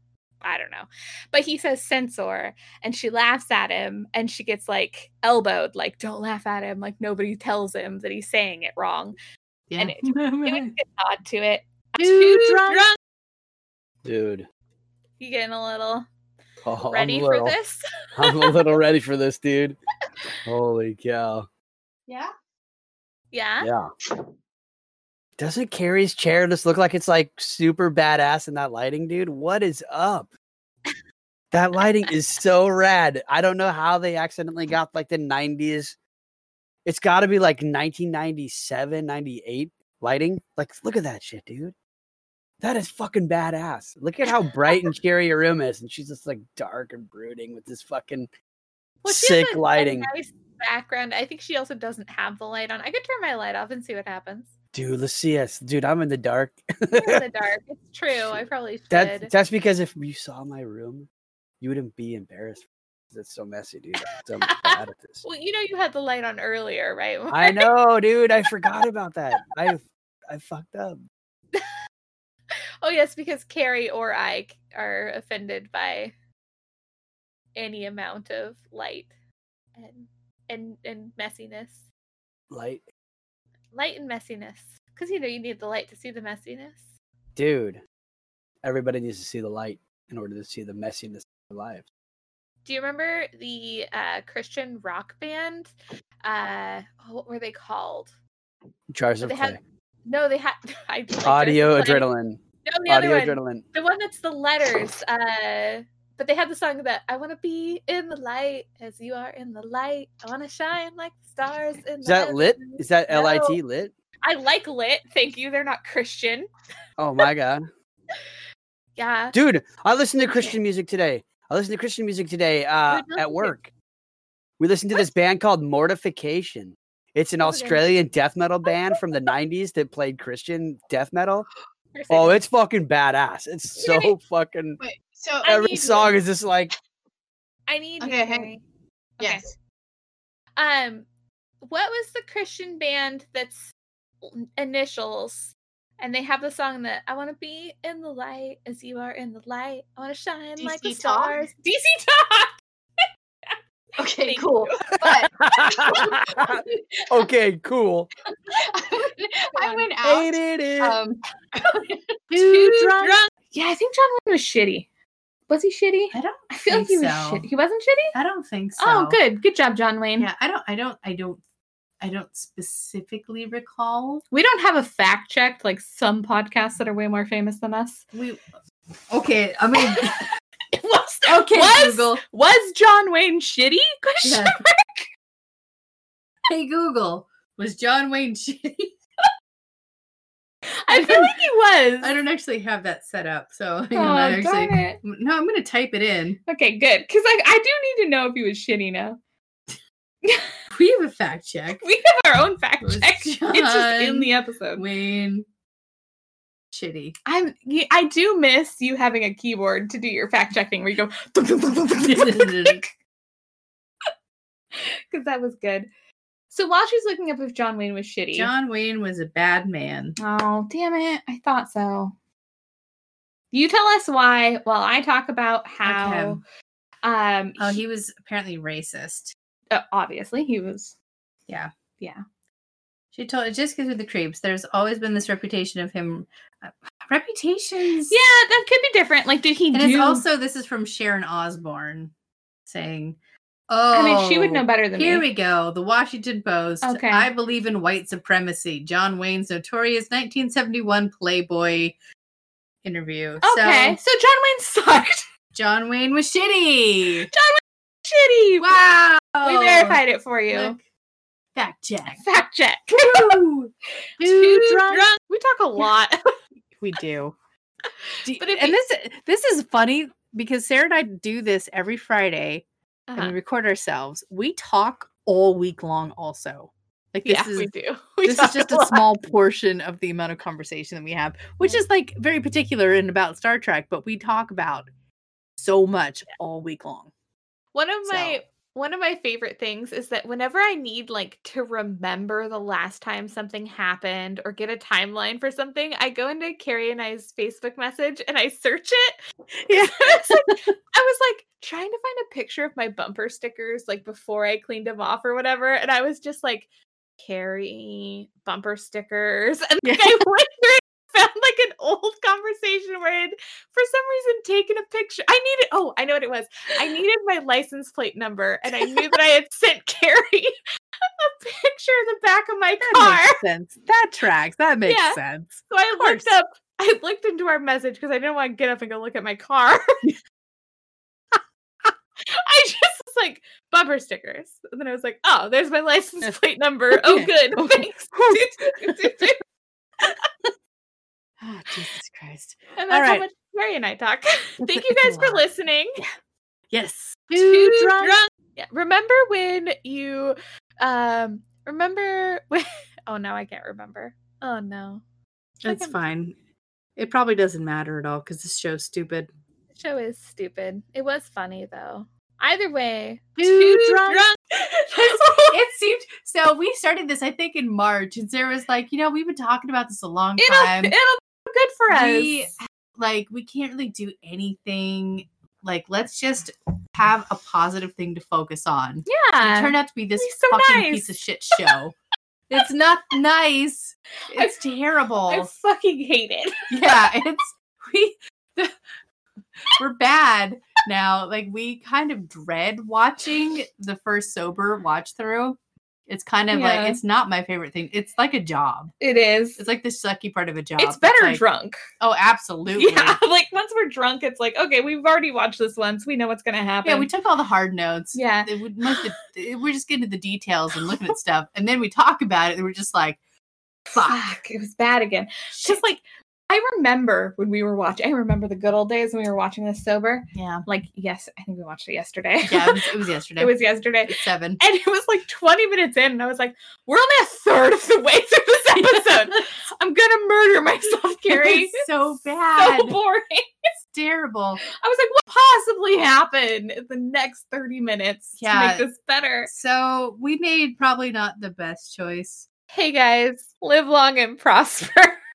[SPEAKER 2] I don't know, but he says censor, and she laughs at him, and she gets like elbowed, like don't laugh at him, like nobody tells him that he's saying it wrong.
[SPEAKER 1] Yeah.
[SPEAKER 2] And it- It was a good nod to it.
[SPEAKER 1] Too drunk.
[SPEAKER 4] dude.
[SPEAKER 2] You getting a little
[SPEAKER 4] Oh, I'm
[SPEAKER 2] ready
[SPEAKER 4] a little,
[SPEAKER 2] for this?
[SPEAKER 4] I'm a little ready for this, dude. Holy cow!
[SPEAKER 6] Yeah.
[SPEAKER 2] Yeah.
[SPEAKER 4] Yeah. Doesn't Carrie's chair just look like it's like super badass in that lighting, dude? What is up? That lighting is so rad. I don't know how they accidentally got like the 90s. It's got to be like 1997, 98 lighting. Like, look at that shit, dude. That is fucking badass. Look at how bright and cheery your room is. And she's just like dark and brooding with this fucking
[SPEAKER 2] she has
[SPEAKER 4] sick
[SPEAKER 2] a- a
[SPEAKER 4] lighting.
[SPEAKER 2] nice background. I think she also doesn't have the light on. I could turn my light off and see what happens.
[SPEAKER 4] Dude, let's see us. Dude, I'm in the dark.
[SPEAKER 2] You're in the dark. It's true. I probably should.
[SPEAKER 4] That that's because if you saw my room, you wouldn't be embarrassed. That's so messy, dude. I'm so bad at this.
[SPEAKER 2] well, you know, you had the light on earlier, right?
[SPEAKER 4] I know, dude. I forgot about that. I I fucked up.
[SPEAKER 2] oh yes, because Carrie or I c- are offended by any amount of light and and and messiness,
[SPEAKER 4] Like,
[SPEAKER 2] light and messiness. Because you know you need the light to see the messiness.
[SPEAKER 4] dude, everybody needs to see the light in order to see the messiness of their lives.
[SPEAKER 2] Do you remember the uh, Christian rock band? Uh, oh, what were they called?
[SPEAKER 4] Jars of
[SPEAKER 2] they had-
[SPEAKER 4] clay.
[SPEAKER 2] No, they had I like there's
[SPEAKER 4] Audio
[SPEAKER 2] one-
[SPEAKER 4] adrenaline.
[SPEAKER 2] No, the other
[SPEAKER 4] Audio
[SPEAKER 2] one,
[SPEAKER 4] adrenaline.
[SPEAKER 2] the one that's the letters. Uh, but they had the song that I want to be in the light as you are in the light. I want to shine like the stars in
[SPEAKER 4] Is
[SPEAKER 2] the
[SPEAKER 4] that lit?
[SPEAKER 2] heaven."
[SPEAKER 4] Is that L I T
[SPEAKER 2] No.
[SPEAKER 4] lit?
[SPEAKER 2] I like lit. Thank you. They're not Christian.
[SPEAKER 4] Oh my god.
[SPEAKER 2] Yeah.
[SPEAKER 4] Dude, I listened to Christian music today. I listened to Christian music today uh,
[SPEAKER 2] Good music.
[SPEAKER 4] at work. We listened to this band called Mortification. It's an
[SPEAKER 2] Okay.
[SPEAKER 4] Australian death metal band from the 90s that played Christian death metal.
[SPEAKER 2] Christian.
[SPEAKER 4] Oh, it's fucking badass. It's
[SPEAKER 2] Wait,
[SPEAKER 4] so fucking.
[SPEAKER 7] Wait, so
[SPEAKER 2] I
[SPEAKER 4] Every
[SPEAKER 2] need
[SPEAKER 4] song
[SPEAKER 2] one.
[SPEAKER 4] is just like,
[SPEAKER 2] I need you,
[SPEAKER 7] Okay, hang-
[SPEAKER 2] Mary. Okay.
[SPEAKER 7] yes.
[SPEAKER 2] Um, what was the Christian band that's l- initials? And they have the song that I want to be in the light as you are in the light. I want to shine like the
[SPEAKER 7] DC Talk?
[SPEAKER 2] stars. DC Talk.
[SPEAKER 7] Okay,
[SPEAKER 2] Thank
[SPEAKER 7] cool. But
[SPEAKER 4] okay, cool.
[SPEAKER 6] I went- I went out.
[SPEAKER 4] Hated it.
[SPEAKER 6] Um,
[SPEAKER 2] Too
[SPEAKER 1] Too drunk.
[SPEAKER 2] drunk. Yeah, I think John Lennon was shitty. Was he shitty?
[SPEAKER 1] I don't.
[SPEAKER 2] I feel like he
[SPEAKER 1] think
[SPEAKER 2] was
[SPEAKER 1] so.
[SPEAKER 2] shitty. He wasn't shitty.
[SPEAKER 1] I don't think so.
[SPEAKER 2] Oh, good, good job, John Wayne.
[SPEAKER 1] Yeah, I don't. I don't. I don't. I don't specifically recall.
[SPEAKER 2] We don't have a fact checked like some podcasts that are way more famous than us.
[SPEAKER 1] We. Okay. I mean.
[SPEAKER 2] was
[SPEAKER 1] Okay.
[SPEAKER 2] was
[SPEAKER 1] Google.
[SPEAKER 2] was John Wayne shitty? Question.
[SPEAKER 1] Yeah. Hey Google. Was John Wayne shitty?
[SPEAKER 2] I feel like he was.
[SPEAKER 1] I don't actually have that set up, so hang
[SPEAKER 2] Oh,
[SPEAKER 1] on, I
[SPEAKER 2] darn
[SPEAKER 1] actually.
[SPEAKER 2] it.
[SPEAKER 1] No, I'm gonna type it in.
[SPEAKER 2] Okay, good. Because like I do need to know if he was shitty now.
[SPEAKER 1] We have a fact check.
[SPEAKER 2] We have our own fact
[SPEAKER 1] Was
[SPEAKER 2] check. It's just in
[SPEAKER 1] John
[SPEAKER 2] the episode.
[SPEAKER 1] Wayne. Shitty.
[SPEAKER 2] I'm. y- I do miss you having a keyboard to do your fact checking, where you go because that was good. So while she's looking up if John Wayne was shitty,
[SPEAKER 1] John Wayne was a bad man.
[SPEAKER 2] Oh, damn it. I thought so. You tell us why while I talk about how um
[SPEAKER 1] Oh,
[SPEAKER 2] he,
[SPEAKER 1] he was apparently racist.
[SPEAKER 2] uh, obviously he was
[SPEAKER 1] She told it just gives me the creeps. There's always been this reputation of him. Uh, reputations.
[SPEAKER 2] Yeah, that could be different. Like did he
[SPEAKER 1] And
[SPEAKER 2] do
[SPEAKER 1] it's also this is from Sharon Osborne saying, "Oh,
[SPEAKER 2] I mean, she would know better than
[SPEAKER 1] Here
[SPEAKER 2] me.
[SPEAKER 1] we go. The Washington Post.
[SPEAKER 2] Okay.
[SPEAKER 1] I believe in white supremacy. John Wayne's notorious 1971 Playboy interview.
[SPEAKER 2] okay.
[SPEAKER 1] So
[SPEAKER 2] So, John Wayne sucked.
[SPEAKER 1] John Wayne was shitty.
[SPEAKER 2] Shitty.
[SPEAKER 1] Wow.
[SPEAKER 2] We verified it for you.
[SPEAKER 1] Look. Fact check.
[SPEAKER 2] Fact check.
[SPEAKER 1] Woo! Too drunk.
[SPEAKER 2] We talk a lot.
[SPEAKER 1] We do. Do-
[SPEAKER 2] But if
[SPEAKER 1] and
[SPEAKER 2] you-
[SPEAKER 1] this this is funny because Sarah and I do this every Friday
[SPEAKER 2] Uh-huh.
[SPEAKER 1] and we record ourselves. We talk all week long also. Like this
[SPEAKER 2] Yeah,
[SPEAKER 1] is
[SPEAKER 2] we do. We
[SPEAKER 1] this
[SPEAKER 2] talk
[SPEAKER 1] is just
[SPEAKER 2] a
[SPEAKER 1] a
[SPEAKER 2] lot.
[SPEAKER 1] small portion of the amount of conversation that we have, which is like very particular and about Star Trek, but we talk about so much all week long.
[SPEAKER 2] One of
[SPEAKER 1] So-
[SPEAKER 2] my one of my favorite things is that whenever I need like to remember the last time something happened or get a timeline for something, I go into Carrie and I's Facebook message and I search it. 'Cause
[SPEAKER 1] Yeah.
[SPEAKER 2] I was like, I was like trying to find a picture of my bumper stickers like before I cleaned them off or whatever, and I was just like Carrie bumper stickers, and like, I went through found like an old conversation where I'd for some reason taken a picture. I needed oh, I know what it was. I needed my license plate number and I knew that I had sent Carrie a picture of the back of my
[SPEAKER 1] That
[SPEAKER 2] car.
[SPEAKER 1] makes sense. That tracks. That makes
[SPEAKER 2] Yeah.
[SPEAKER 1] sense.
[SPEAKER 2] So I looked
[SPEAKER 1] course.
[SPEAKER 2] up I looked into our message because I didn't want to get up and go look at my car. I just was like bumper stickers. And then I was like, oh, there's my license plate number. Oh
[SPEAKER 1] Yeah.
[SPEAKER 2] good. Thanks.
[SPEAKER 1] Oh, Jesus Christ.
[SPEAKER 2] and that's
[SPEAKER 1] All
[SPEAKER 2] how
[SPEAKER 1] right.
[SPEAKER 2] much Carrie and I talk. Thank you guys for listening.
[SPEAKER 1] Yes.
[SPEAKER 2] too drunk. Yeah. Remember when you um remember when oh no, I can't remember. Oh no.
[SPEAKER 1] That's
[SPEAKER 2] Fucking-
[SPEAKER 1] fine. It probably doesn't matter at all because this show's stupid.
[SPEAKER 2] The show is stupid. It was funny though. Either way,
[SPEAKER 1] Too drunk. it seemed so. We started this, I think, in March, and Sarah was like, you know, we've been talking about this a long
[SPEAKER 2] it'll,
[SPEAKER 1] time.
[SPEAKER 2] it'll be good for us.
[SPEAKER 1] We, like, we can't really do anything. Like, let's just have a positive thing to focus on. It
[SPEAKER 2] yeah.
[SPEAKER 1] turned out to be this
[SPEAKER 2] It's so
[SPEAKER 1] fucking
[SPEAKER 2] nice.
[SPEAKER 1] piece of shit show. it's not nice.
[SPEAKER 2] I-
[SPEAKER 1] It's terrible.
[SPEAKER 2] I fucking hate it.
[SPEAKER 1] yeah, it's we we're bad now. Like we kind of dread watching the first sober watch through. It's kind of
[SPEAKER 2] Yeah.
[SPEAKER 1] like it's not my favorite thing. It's like a job.
[SPEAKER 2] It is.
[SPEAKER 1] It's like the sucky part of a job.
[SPEAKER 2] It's better
[SPEAKER 1] like,
[SPEAKER 2] drunk.
[SPEAKER 1] Oh, absolutely.
[SPEAKER 2] Yeah.
[SPEAKER 1] Yeah.
[SPEAKER 2] Like once we're drunk, it's like, okay, we've already watched this once. We know what's gonna happen.
[SPEAKER 1] we took all the hard notes.
[SPEAKER 2] yeah.
[SPEAKER 1] It would- most of the- it- we're just getting to the details and looking at stuff, and then we talk about it, and we're just like, Fuck.
[SPEAKER 2] Fuck, it was bad again. Just like I remember when we were watching. I remember the good old days when we were watching this sober.
[SPEAKER 1] Yeah.
[SPEAKER 2] Like yes, I think we watched it yesterday.
[SPEAKER 1] Yeah, it was, it was yesterday.
[SPEAKER 2] it was yesterday.
[SPEAKER 1] It's seven.
[SPEAKER 2] And it was like 20 minutes in, and I was like, we're only a third of the way through this episode. I'm gonna murder myself, Carrie.
[SPEAKER 1] It's so bad.
[SPEAKER 2] so boring.
[SPEAKER 1] it's terrible.
[SPEAKER 2] I was like, what possibly happened in the next 30 minutes
[SPEAKER 1] Yeah.
[SPEAKER 2] to make this better?
[SPEAKER 1] So we made probably not the best choice.
[SPEAKER 2] Hey guys, live long and prosper.